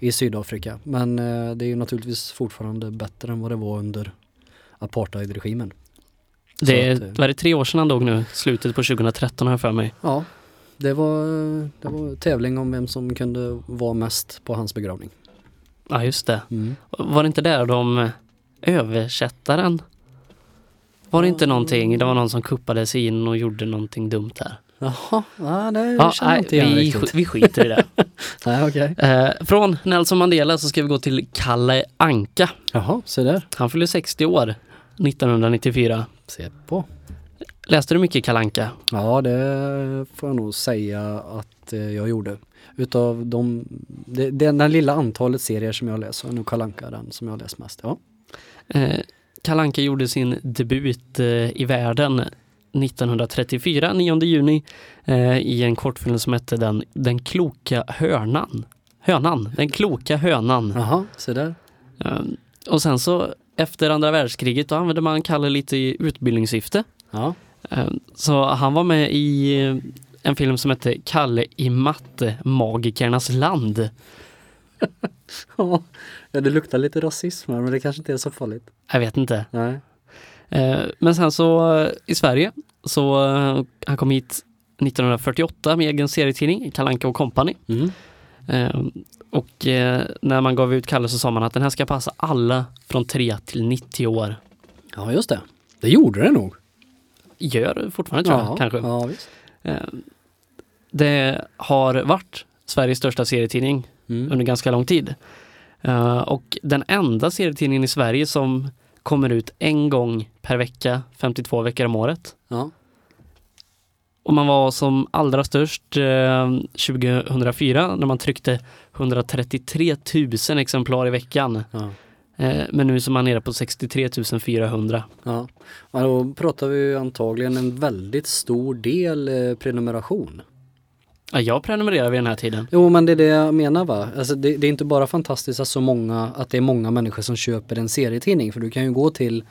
Speaker 2: i Sydafrika. Men eh, det är ju naturligtvis fortfarande bättre än vad det var under apartheidregimen.
Speaker 1: Det
Speaker 2: Så
Speaker 1: är,
Speaker 2: att, eh,
Speaker 1: var det tre år sedan han dog nu? Slutet på 2013 har jag för mig.
Speaker 2: Ja, det var, det var tävling om vem som kunde vara mest på hans begravning.
Speaker 1: Ja, just det. Var det inte där de eh, översätta den? Var det inte någonting, det var någon som kuppade sig in och gjorde någonting dumt där.
Speaker 2: Jaha, ja, det
Speaker 1: Ja,
Speaker 2: känner
Speaker 1: nej,
Speaker 2: inte jag
Speaker 1: vi,
Speaker 2: riktigt.
Speaker 1: sk- vi skiter i
Speaker 2: [laughs]
Speaker 1: det.
Speaker 2: Nej, okej.
Speaker 1: Eh, från Nelson Mandela så ska vi gå till Kalle Anka.
Speaker 2: Jaha, se där.
Speaker 1: Han fyller 60 år 1994.
Speaker 2: Se på.
Speaker 1: Läste du mycket Kalle Anka?
Speaker 2: Ja, det får jag nog säga att eh, jag gjorde. Utav de, det, det, den lilla antalet serier som jag läser, är nog Kalle Anka den som jag läst mest. Ja.
Speaker 1: Eh, Kalle Anka gjorde sin debut eh, i världen 1934, 9 juni, eh, i en kortfilm som hette den, den kloka hörnan. Hönan, Den kloka hönan.
Speaker 2: Jaha, se där.
Speaker 1: Eh, och sen så efter andra världskriget då använde man Kalle lite i utbildningssyfte.
Speaker 2: Ja. [laughs]
Speaker 1: Eh, så han var med i eh, en film som hette Kalle i matte, magikernas land.
Speaker 2: ja, det luktar lite rasism här men det kanske inte är så farligt.
Speaker 1: Jag vet inte.
Speaker 2: Nej.
Speaker 1: Eh, Men sen så eh, i Sverige så eh, han kom hit 1948 med egen serietidning, Kalanka och Company.
Speaker 2: Mm.
Speaker 1: Eh, Och eh, när man gav ut Kalle så sa man att den här ska passa alla från 3 till 90 år.
Speaker 2: Ja, just det. Det gjorde det nog.
Speaker 1: Gör fortfarande tror jag
Speaker 2: ja,
Speaker 1: kanske.
Speaker 2: Ja, visst.
Speaker 1: Eh, Det har varit Sveriges största serietidning
Speaker 2: Mm.
Speaker 1: under ganska lång tid. Eh, Och den enda serietidningen i Sverige som kommer ut en gång per vecka, 52 veckor om året.
Speaker 2: Ja.
Speaker 1: Och man var som allra störst eh, 2004 när man tryckte 133 000 exemplar i veckan.
Speaker 2: Ja.
Speaker 1: Eh, men nu så är man nere på 63 400.
Speaker 2: Ja, men då pratar vi ju antagligen en väldigt stor del eh, prenumeration.
Speaker 1: Ja, jag prenumererar vid den här tiden.
Speaker 2: Jo men det är det jag menar va? Alltså det, det är inte bara fantastiskt att, så många, att det är många människor som köper en serietidning för du kan ju gå till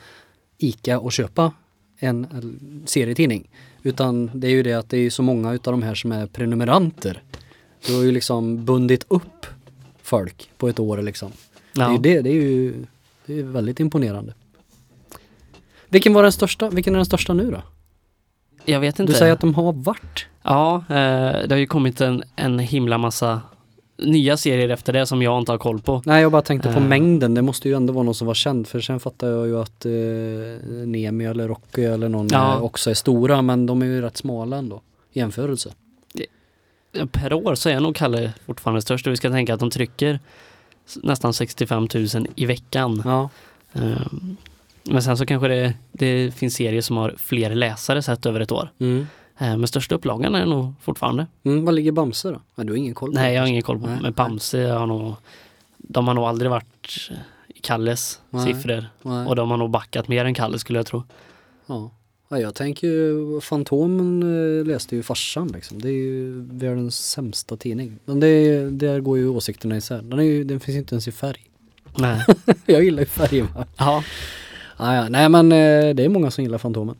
Speaker 2: ICA och köpa en eh, serietidning. Utan det är ju det att det är ju så många utav de här som är prenumeranter. Du har ju liksom bundit upp folk på ett år liksom. Det, är
Speaker 1: Ja.
Speaker 2: ju det, det är ju det är väldigt imponerande. Vilken var den största? Vilken är den största nu då?
Speaker 1: Jag vet inte.
Speaker 2: Du säger att de har varit.
Speaker 1: Ja, eh, det har ju kommit en, en himla massa nya serier efter det som jag inte har koll på.
Speaker 2: Nej jag bara tänkte på
Speaker 1: Eh.
Speaker 2: mängden, det måste ju ändå vara någon som var känd för sen fattar jag ju att eh, Nemi eller Rocky eller någon
Speaker 1: Ja.
Speaker 2: eh, också är stora men de är ju rätt smala ändå i jämförelse.
Speaker 1: Per år så är nog Kalle fortfarande störst och vi ska tänka att de trycker s- nästan 65 000 i veckan.
Speaker 2: Ja.
Speaker 1: Eh, Men sen så kanske det, det finns serier som har fler läsare sett över ett år.
Speaker 2: Mm.
Speaker 1: Eh, Men största upplagan är nog fortfarande.
Speaker 2: Mm, vad ligger Bamse då? Ja, du har ingen koll på
Speaker 1: Nej,
Speaker 2: det.
Speaker 1: jag har ingen koll på
Speaker 2: Nej.
Speaker 1: Men Bamse har nog, de har nog aldrig varit i Kalles
Speaker 2: Nej.
Speaker 1: siffror.
Speaker 2: Nej.
Speaker 1: Och de har nog backat mer än Kalle skulle jag tro.
Speaker 2: Ja. ja, jag tänker ju, Fantomen eh, läste ju farsan liksom. Det är ju världens sämsta tidning. Men det, är- där går ju åsikterna isär. Den, är ju, den finns inte ens i färg. [laughs]
Speaker 1: Nej.
Speaker 2: jag gillar ju färg va?
Speaker 1: [laughs] Ja,
Speaker 2: Ja, ja. Nej men eh, det är många som gillar Fantomen.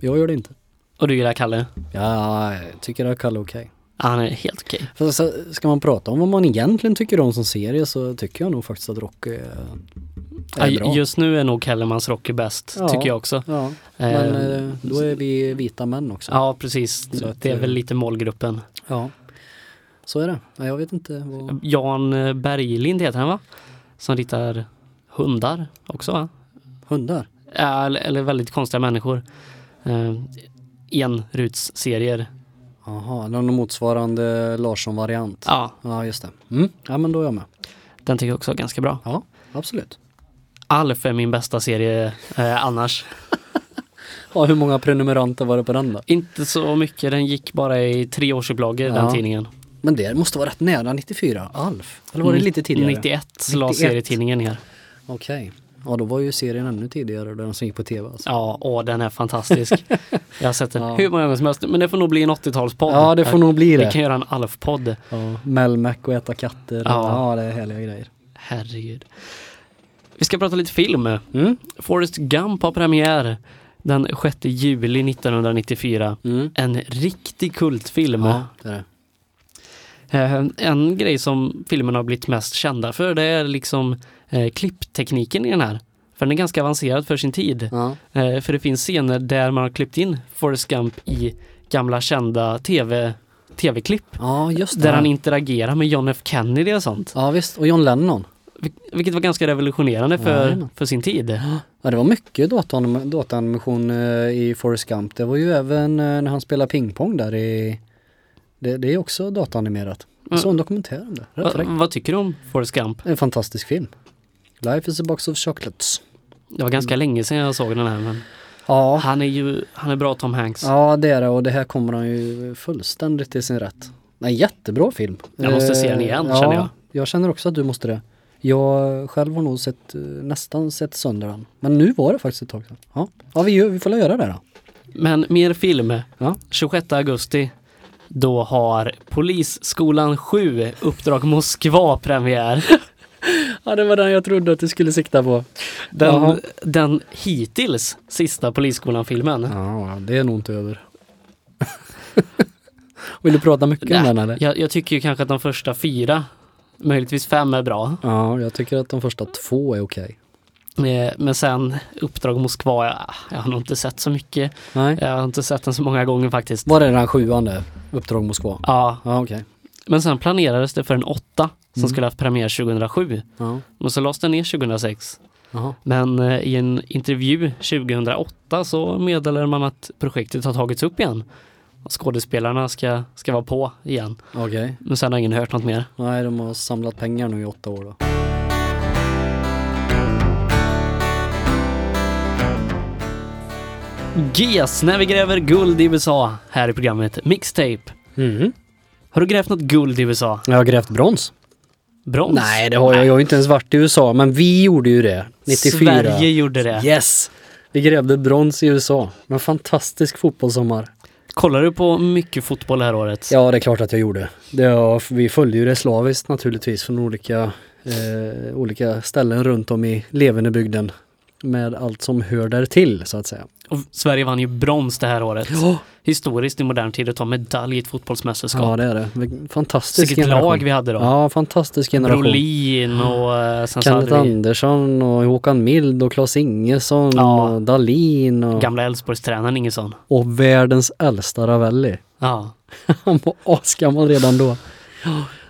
Speaker 2: Jag gör det inte.
Speaker 1: och du gillar Kalle?
Speaker 2: Ja, jag tycker att Kalle är okej.
Speaker 1: Ja, han är helt okej.
Speaker 2: För så- ska man prata om vad man egentligen tycker om som serie så tycker jag nog faktiskt att Rocky är,
Speaker 1: Ja,
Speaker 2: är bra.
Speaker 1: Just nu är nog Kellermans Rocky bäst,
Speaker 2: Ja.
Speaker 1: tycker jag också.
Speaker 2: Ja, men
Speaker 1: Ehm,
Speaker 2: eh, då är vi vita män också.
Speaker 1: Ja, precis.
Speaker 2: Så att,
Speaker 1: Det är
Speaker 2: eh,
Speaker 1: väl lite målgruppen.
Speaker 2: Ja. Så är det. Ja, Jag vet inte vad...
Speaker 1: Jan Berglind heter han va? Som ritar hundar också va?
Speaker 2: Hundar?
Speaker 1: Ja, Eller, eller väldigt konstiga människor. Eh, enrutsserier.
Speaker 2: Jaha, någon motsvarande Larsson-variant. Ja.
Speaker 1: Ja,
Speaker 2: just det. Mm. Ja, men då är jag med.
Speaker 1: den tycker jag också är ganska bra.
Speaker 2: Ja, absolut.
Speaker 1: Alf är min bästa serie eh, annars.
Speaker 2: Ja, hur många prenumeranter var det på den då?
Speaker 1: Inte så mycket, den gick bara i tre årsupplagor den
Speaker 2: Ja.
Speaker 1: tidningen.
Speaker 2: Men det måste vara rätt nära 94, Alf. Eller var det lite tidigare?
Speaker 1: 91 la
Speaker 2: 91.
Speaker 1: serietidningen ner.
Speaker 2: Okej. Ja, då var ju serien ännu tidigare, den som gick på tv alltså.
Speaker 1: Ja, åh den är
Speaker 2: [laughs]
Speaker 1: fantastisk. Jag har sett den
Speaker 2: Ja.
Speaker 1: hur många gånger som helst, men det får nog bli en 80-talspodd.
Speaker 2: Ja, det får nog bli
Speaker 1: Vi
Speaker 2: det.
Speaker 1: kan göra en Alf-podd.
Speaker 2: Ja, Melmac och äta katter.
Speaker 1: Ja.
Speaker 2: Ja, det är härliga grejer.
Speaker 1: Herregud. Vi ska prata lite film.
Speaker 2: Mm.
Speaker 1: Forrest Gump har premiär den 6 juli 1994.
Speaker 2: Mm.
Speaker 1: En riktig kultfilm.
Speaker 2: Ja, det är det.
Speaker 1: Eh, En grej som filmen har blivit mest kända för det är liksom eh, klipptekniken i den här. För den är ganska avancerad för sin tid.
Speaker 2: Ja.
Speaker 1: Eh, för det finns scener där man har klippt in Forrest Gump i gamla kända tv, tv-klipp.
Speaker 2: ja, just det.
Speaker 1: Där han interagerar med John F Kennedy och sånt.
Speaker 2: Ja, visst. Och John Lennon.
Speaker 1: Vil- Vilket var ganska revolutionerande för,
Speaker 2: Jajamän.
Speaker 1: för sin tid.
Speaker 2: Ja, det var mycket dataanima- dataanimation eh, i Forrest Gump. Det var ju även eh, när han spelade pingpong där i... Det, det är också dataanimerat. Jag
Speaker 1: Mm.
Speaker 2: såg en dokumentär om det. Rätt
Speaker 1: Va,
Speaker 2: fräckt.
Speaker 1: vad tycker du om Forrest Gump?
Speaker 2: En fantastisk film. Life is a box of chocolates.
Speaker 1: Det var ganska länge sedan jag såg den här men
Speaker 2: Mm. Ja,
Speaker 1: han är ju, han är bra Tom Hanks.
Speaker 2: ja det är det och det här kommer han ju fullständigt till sin rätt. En jättebra film.
Speaker 1: Jag måste se
Speaker 2: Eh,
Speaker 1: den igen,
Speaker 2: ja,
Speaker 1: känner jag.
Speaker 2: Jag känner också att du måste det. Jag själv har nog sett, eh, nästan sett sönder den. Men nu var det faktiskt ett tag sedan. Ja, ja vi, gör- vi får väl göra det då.
Speaker 1: Men mer film.
Speaker 2: Ja.
Speaker 1: 26 augusti då har Polisskolan 7 Uppdrag Moskva premiär.
Speaker 2: [laughs] Ja, det var den jag trodde att du skulle sikta på.
Speaker 1: Den,
Speaker 2: Jaha.
Speaker 1: den hittills sista Polisskolan-filmen.
Speaker 2: Ja, det är nog inte över. [laughs] Vill du prata mycket om
Speaker 1: Nej,
Speaker 2: den eller?
Speaker 1: Äh, Jag, jag tycker ju kanske att de första fyra, möjligtvis fem är bra.
Speaker 2: Ja, jag tycker att de första två är okej.
Speaker 1: Eh, Men sen Uppdrag Moskva, jag, jag har nog inte sett så mycket.
Speaker 2: Nej.
Speaker 1: Jag har inte sett den så många gånger faktiskt.
Speaker 2: Var är den sjuan där? Uppdrag Moskva?
Speaker 1: Ja,
Speaker 2: Ja, okej.
Speaker 1: men sen planerades det för en åtta som
Speaker 2: Mm.
Speaker 1: skulle ha haft premiär 2007.
Speaker 2: Ja.
Speaker 1: Men så lades den ner 2006.
Speaker 2: Jaha.
Speaker 1: Men eh, i en intervju 2008 så meddelade man att projektet har tagits upp igen. Och Skådespelarna ska, ska vara på igen.
Speaker 2: Okej.
Speaker 1: Men sen har ingen hört något mer.
Speaker 2: Nej, de har samlat pengar nu i åtta år då.
Speaker 1: GES, när vi gräver guld i USA här i programmet Mixtape.
Speaker 2: Mm.
Speaker 1: Har du grävt något guld i USA?
Speaker 2: Jag har grävt brons.
Speaker 1: Brons?
Speaker 2: Nej, det har jag. Jag har ju inte ens varit i USA, men vi gjorde ju det. 94.
Speaker 1: Sverige gjorde det.
Speaker 2: Yes! Vi grävde brons i USA. En fantastisk fotbollssommar.
Speaker 1: Kollar du på mycket fotboll det här året?
Speaker 2: Ja, det är klart att jag gjorde. Det, ja, vi följde ju det slaviskt naturligtvis från olika, eh, olika ställen runt om i Levenebygden. Med allt som hör där till så att säga.
Speaker 1: Och Sverige vann ju brons det här året.
Speaker 2: Ja,
Speaker 1: Historiskt i modern tid att ta medalj i ett fotbollsmästerskap.
Speaker 2: ja det är det. Vilken Fantastisk
Speaker 1: Vilket
Speaker 2: generation.
Speaker 1: lag vi hade då.
Speaker 2: Ja, fantastisk generation.
Speaker 1: Brolin och eh, sen så
Speaker 2: Kenneth
Speaker 1: hade vi
Speaker 2: Andersson och Håkan Mild och Claes Ingesson
Speaker 1: Ja.
Speaker 2: och Dalin och,
Speaker 1: gamla Elfsborgstränaren Ingesson.
Speaker 2: och världens äldsta Ravelli. [laughs]
Speaker 1: Ja.
Speaker 2: Han var asgammal redan då.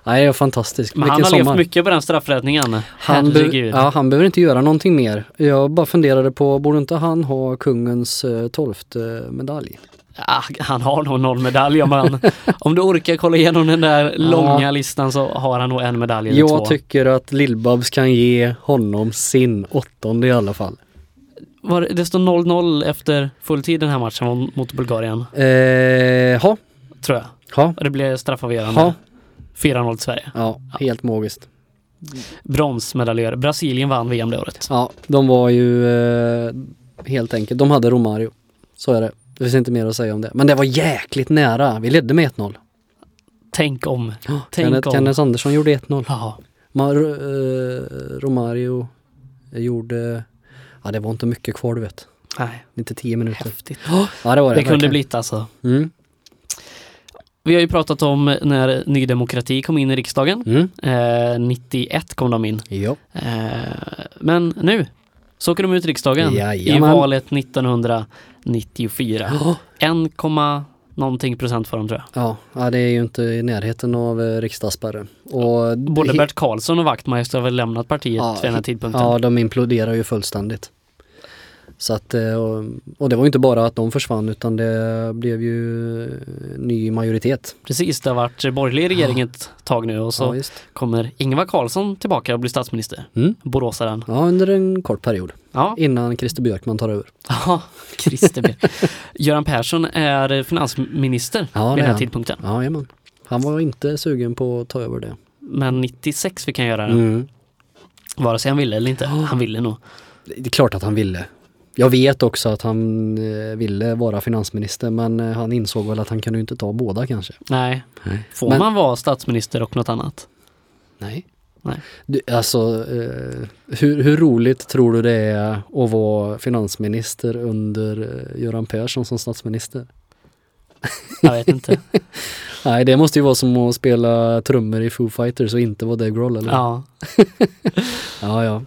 Speaker 2: Nej, det var fantastiskt.
Speaker 1: Men han
Speaker 2: Vilken
Speaker 1: har
Speaker 2: sommar.
Speaker 1: levt mycket på den straffräddningen.
Speaker 2: Han, be-
Speaker 1: Herregud.
Speaker 2: ja, han behöver inte göra någonting mer. Jag bara funderade på, borde inte han ha kungens eh, tolfte medalj?
Speaker 1: Ah, han har nog någon medalj om
Speaker 2: [laughs]
Speaker 1: han... om du orkar kolla igenom den där långa listan så har han nog en medalj eller
Speaker 2: jag
Speaker 1: två.
Speaker 2: tycker att Lill-Babs kan ge honom sin åttonde i alla fall.
Speaker 1: Var, det- det står 0-0 efter fulltid den här matchen mot- mot Bulgarien,
Speaker 2: Eh, ha,
Speaker 1: tror jag.
Speaker 2: ha,
Speaker 1: Och det blev straffavgörande.
Speaker 2: ha.
Speaker 1: 4-0 till Sverige.
Speaker 2: Ja, helt magiskt.
Speaker 1: Bronsmedaljör. Brasilien vann VM det året.
Speaker 2: Ja, de var ju eh, helt enkelt, de hade Romario. Så är det. Det finns inte mer att säga om det. Men det var jäkligt nära. Vi ledde med 1-0.
Speaker 1: Tänk
Speaker 2: [gasps]
Speaker 1: om. Tänk
Speaker 2: Kenneth,
Speaker 1: om.
Speaker 2: Kenneth Andersson gjorde 1-0.
Speaker 1: Ja.
Speaker 2: Ma- eh, Romario gjorde, ja det var inte mycket kvar du vet.
Speaker 1: Nej,
Speaker 2: Inte tio minuter.
Speaker 1: häftigt.
Speaker 2: Ja det [gasps] var
Speaker 1: Det
Speaker 2: det.
Speaker 1: kunde
Speaker 2: verkligen.
Speaker 1: blivit alltså.
Speaker 2: Mm.
Speaker 1: Vi har ju pratat om när Ny Demokrati kom in i riksdagen.
Speaker 2: Mm.
Speaker 1: Eh, 91 kom de in.
Speaker 2: Ja.
Speaker 1: Eh, men nu så åker de ut i riksdagen i
Speaker 2: Jajamän.
Speaker 1: valet 1994. 1, någonting procent får de tror jag.
Speaker 2: Ja, ja, det är ju inte i närheten av eh, riksdagsspärren. Och
Speaker 1: Både
Speaker 2: he-
Speaker 1: Bert Karlsson och Wachtmeister har väl lämnat partiet
Speaker 2: Ja,
Speaker 1: vid den här tidpunkten.
Speaker 2: Ja, de imploderar ju fullständigt. Så att, eh, och, och det var ju inte bara att de försvann utan det blev ju eh, ny majoritet.
Speaker 1: Precis, det har varit borgerlig regering ett tag nu och så
Speaker 2: Ja, just.
Speaker 1: kommer Ingvar Carlsson tillbaka och blir statsminister.
Speaker 2: Mm.
Speaker 1: Boråsaren.
Speaker 2: ja, under en kort period
Speaker 1: Ja,
Speaker 2: innan Christer Björkman tar över.
Speaker 1: [laughs] ja Christer Björk. [laughs] Göran Persson är finansminister
Speaker 2: Ja,
Speaker 1: vid den här
Speaker 2: det är han.
Speaker 1: tidpunkten.
Speaker 2: Ja, jajamän. Han var inte sugen på att ta över det.
Speaker 1: Men 96 fick han göra det,
Speaker 2: Mm.
Speaker 1: vare sig han ville eller inte. Han ville nog.
Speaker 2: Det är klart att han ville. Jag vet också att han eh, ville vara finansminister men eh, han insåg väl att han kunde ju inte ta båda kanske.
Speaker 1: Nej,
Speaker 2: Nej.
Speaker 1: får
Speaker 2: Men-
Speaker 1: man vara statsminister och något
Speaker 2: [laughs]
Speaker 1: annat?
Speaker 2: Nej.
Speaker 1: Nej.
Speaker 2: Du, alltså, eh, hur, hur roligt tror du det är att vara finansminister under eh, Göran Persson som statsminister?
Speaker 1: Jag vet inte.
Speaker 2: Nej, det måste ju vara som att spela trummor i Foo Fighters och inte vara Dave Grohl eller?
Speaker 1: ja.
Speaker 2: ja. ja.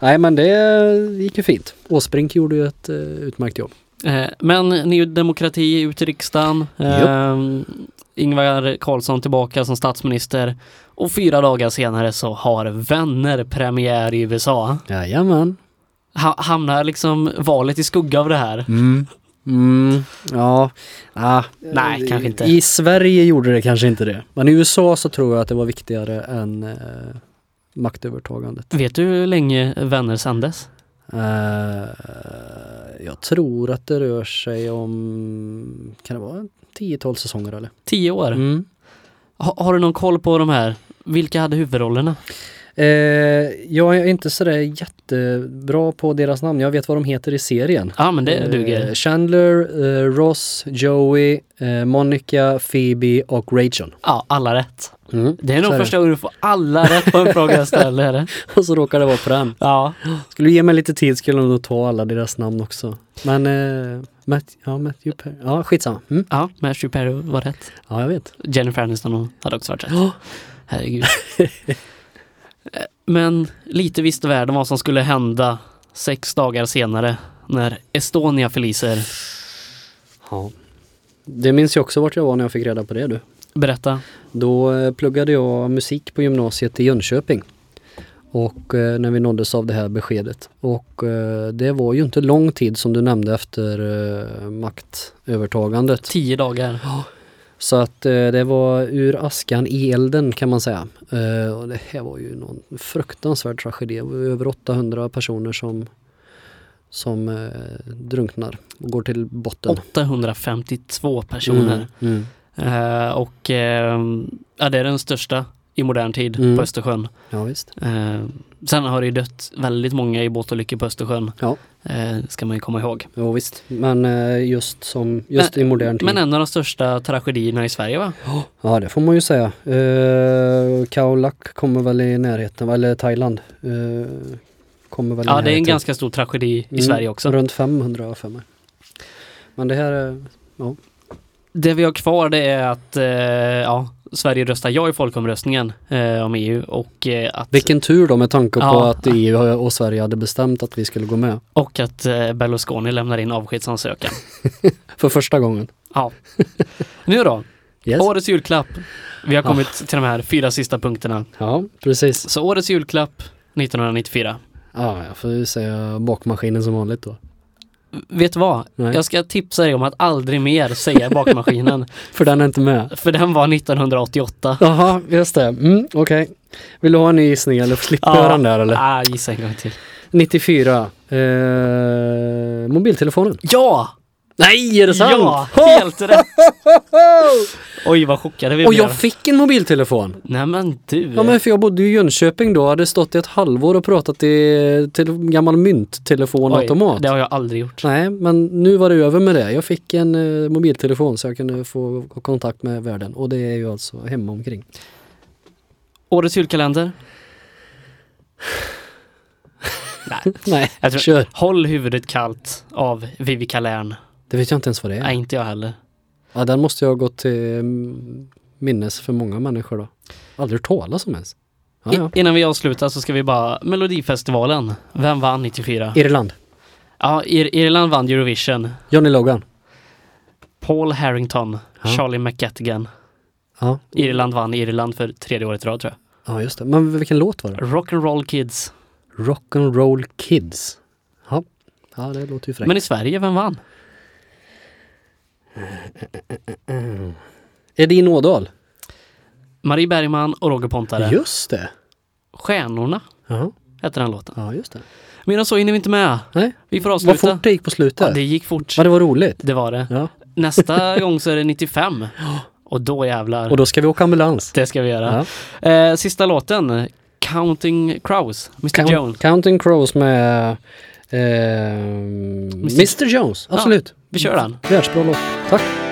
Speaker 2: Nej, men det gick ju fint. Åsbrink gjorde ju ett eh, utmärkt jobb.
Speaker 1: Eh, Men Ny Demokrati ut i riksdagen. Ehm, Ingvar Carlsson tillbaka som statsminister. Och fyra dagar senare så har Vänner premiär i USA.
Speaker 2: Jajamän.
Speaker 1: Ha- hamnar liksom valet i skugga av det här?
Speaker 2: Mm. Mm, ja, ah,
Speaker 1: Nej,
Speaker 2: eh,
Speaker 1: kanske inte.
Speaker 2: I Sverige gjorde det kanske inte det. Men i USA så tror jag att det var viktigare än eh, maktövertagandet.
Speaker 1: Vet du hur länge Vänner sändes?
Speaker 2: Eh, jag tror att det rör sig om, kan det vara tiotal säsonger eller?
Speaker 1: Tio år.
Speaker 2: Mm.
Speaker 1: Ha- har du någon koll på de här? Vilka hade huvudrollerna?
Speaker 2: Eh, jag är inte sådär jättebra på deras namn, jag vet vad de heter i serien.
Speaker 1: Ja men det
Speaker 2: Eh,
Speaker 1: duger.
Speaker 2: Chandler, eh, Ross, Joey, eh, Monica, Phoebe och Rachel.
Speaker 1: Ja, alla rätt.
Speaker 2: Mm.
Speaker 1: Det är nog
Speaker 2: Så är det.
Speaker 1: första gången du får alla rätt på en fråga jag ställer.
Speaker 2: [laughs] Och så råkar det vara på den.
Speaker 1: Ja.
Speaker 2: Skulle du ge mig lite tid skulle jag nog ta alla deras namn också. Men, eh, Matt, ja Matthew Perry, ja skitsamma. Mm.
Speaker 1: ja, Matthew Perry var rätt.
Speaker 2: Ja jag vet.
Speaker 1: Jennifer Aniston hon hade också varit rätt.
Speaker 2: Ja. [laughs]
Speaker 1: Herregud. Eh, Men lite visste världen vad som skulle hända sex dagar senare när Estonia förliser.
Speaker 2: Ja. Det minns jag också vart jag var när jag fick reda på det du.
Speaker 1: Berätta.
Speaker 2: Då eh, pluggade jag musik på gymnasiet i Jönköping. Och eh, när vi nåddes av det här beskedet. Och eh, det var ju inte lång tid som du nämnde efter eh, maktövertagandet.
Speaker 1: Tio dagar.
Speaker 2: Så att eh, det var ur askan i elden kan man säga. Eh, och det här var ju någon fruktansvärd tragedi. Det var över 800 personer som, som eh, drunknar och går till botten.
Speaker 1: 852 personer.
Speaker 2: Mm, mm.
Speaker 1: Eh, och eh, ja, det är den största i modern tid
Speaker 2: Mm.
Speaker 1: på Östersjön.
Speaker 2: Ja visst.
Speaker 1: Eh, sen har det ju dött väldigt många i båtolyckor på Östersjön.
Speaker 2: Ja.
Speaker 1: Eh, ska man ju komma ihåg.
Speaker 2: Jo, visst, men eh, just som just i modern tid.
Speaker 1: Men en av de största tragedierna i Sverige va?
Speaker 2: Ja det får man ju säga. Uh, Khao Lak kommer väl i närheten, va? eller Thailand. eh, kommer väl i
Speaker 1: Ja det är en
Speaker 2: närheten.
Speaker 1: ganska stor tragedi i
Speaker 2: Mm,
Speaker 1: Sverige också.
Speaker 2: Runt 500 har jag för mig. Men det här eh, är,
Speaker 1: Det vi har kvar det är att eh, ja, Sverige röstar ja i folkomröstningen eh, om EU och, eh, att,
Speaker 2: vilken tur då med tanke på
Speaker 1: Ja.
Speaker 2: att EU och Sverige hade bestämt att vi skulle gå med.
Speaker 1: och att eh, Berlusconi lämnar in avskedsansökan.
Speaker 2: För första gången.
Speaker 1: Ja. Nu då,
Speaker 2: Yes. Ah.
Speaker 1: årets julklapp. Vi har kommit till de här fyra sista punkterna.
Speaker 2: Ja precis.
Speaker 1: Så årets julklapp 1994.
Speaker 2: Ja, jag får ju säga bakmaskinen som vanligt då.
Speaker 1: Vet du vad?
Speaker 2: Nej,
Speaker 1: Jag ska tipsa dig om att aldrig mer säga
Speaker 2: [laughs]
Speaker 1: bakmaskinen.
Speaker 2: för den är inte med.
Speaker 1: för den var 1988.
Speaker 2: Jaha, just det. Mm, Okej. Vill du ha en ny gissning eller slipper
Speaker 1: Ja.
Speaker 2: jag den där eller?
Speaker 1: Ah, gissa en gång till.
Speaker 2: 94. Eh, mobiltelefonen.
Speaker 1: Ja!
Speaker 2: Nej, är
Speaker 1: Ja, [laughs] helt
Speaker 2: [laughs]
Speaker 1: rätt! Oj vad chockade vi
Speaker 2: Och
Speaker 1: blev.
Speaker 2: jag fick en mobiltelefon.
Speaker 1: Nej men du.
Speaker 2: Ja men för jag bodde ju i Jönköping då, hade stått i ett halvår och pratat i till en gammal mynttelefonautomat.
Speaker 1: Oj, det har jag aldrig gjort.
Speaker 2: Nej, men nu var det över med det. Jag fick en eh, mobiltelefon så jag kunde få kontakt med världen och det är ju alltså
Speaker 1: [laughs]
Speaker 2: hemma omkring.
Speaker 1: Årets julkalender? Nej,
Speaker 2: Nej,
Speaker 1: jag tror,
Speaker 2: kör.
Speaker 1: Håll huvudet kallt av Vivi Kalern.
Speaker 2: Det vet jag inte ens vad det är.
Speaker 1: Nej, inte jag heller.
Speaker 2: Ja, den måste jag ha gått till mm, minnes för många människor då. Aldrig hört talas om ens. Ja, ja.
Speaker 1: I, innan vi avslutar så ska vi bara, Melodifestivalen, vem vann 94?
Speaker 2: Irland.
Speaker 1: Ja, Ir- Irland vann Eurovision.
Speaker 2: Johnny Logan.
Speaker 1: Paul Harrington,
Speaker 2: Ja.
Speaker 1: Charlie McGettigan.
Speaker 2: Ja.
Speaker 1: Irland vann Irland för tredje året i rad tror jag.
Speaker 2: ja, just det. Men vilken låt var det?
Speaker 1: Rock'n'Roll Kids.
Speaker 2: Rock'n'Roll Kids. Ja. Ja, det låter ju fräckt.
Speaker 1: Men i Sverige, vem vann?
Speaker 2: Edin Ådahl.
Speaker 1: Marie Bergman och Roger Pontare.
Speaker 2: Just det.
Speaker 1: Stjärnorna
Speaker 2: Ja,
Speaker 1: heter den låten.
Speaker 2: ja just det.
Speaker 1: Men så hinner vi inte med.
Speaker 2: Nej.
Speaker 1: Vi får
Speaker 2: Vad
Speaker 1: avsluta.
Speaker 2: fort det gick på slutet.
Speaker 1: ja, det gick fort.
Speaker 2: Men det var roligt.
Speaker 1: Det var det.
Speaker 2: Ja. [laughs]
Speaker 1: Nästa gång så är det
Speaker 2: [gasps]
Speaker 1: 95. Och då jävlar.
Speaker 2: Och då ska vi åka ambulans.
Speaker 1: Det ska vi göra. Eh, sista låten. Counting Crows, Mr
Speaker 2: Count,
Speaker 1: Jones.
Speaker 2: Counting Crows med eh, Mr Jones. Absolut.
Speaker 1: Vi kör den.
Speaker 2: Världsbra låt. Tack.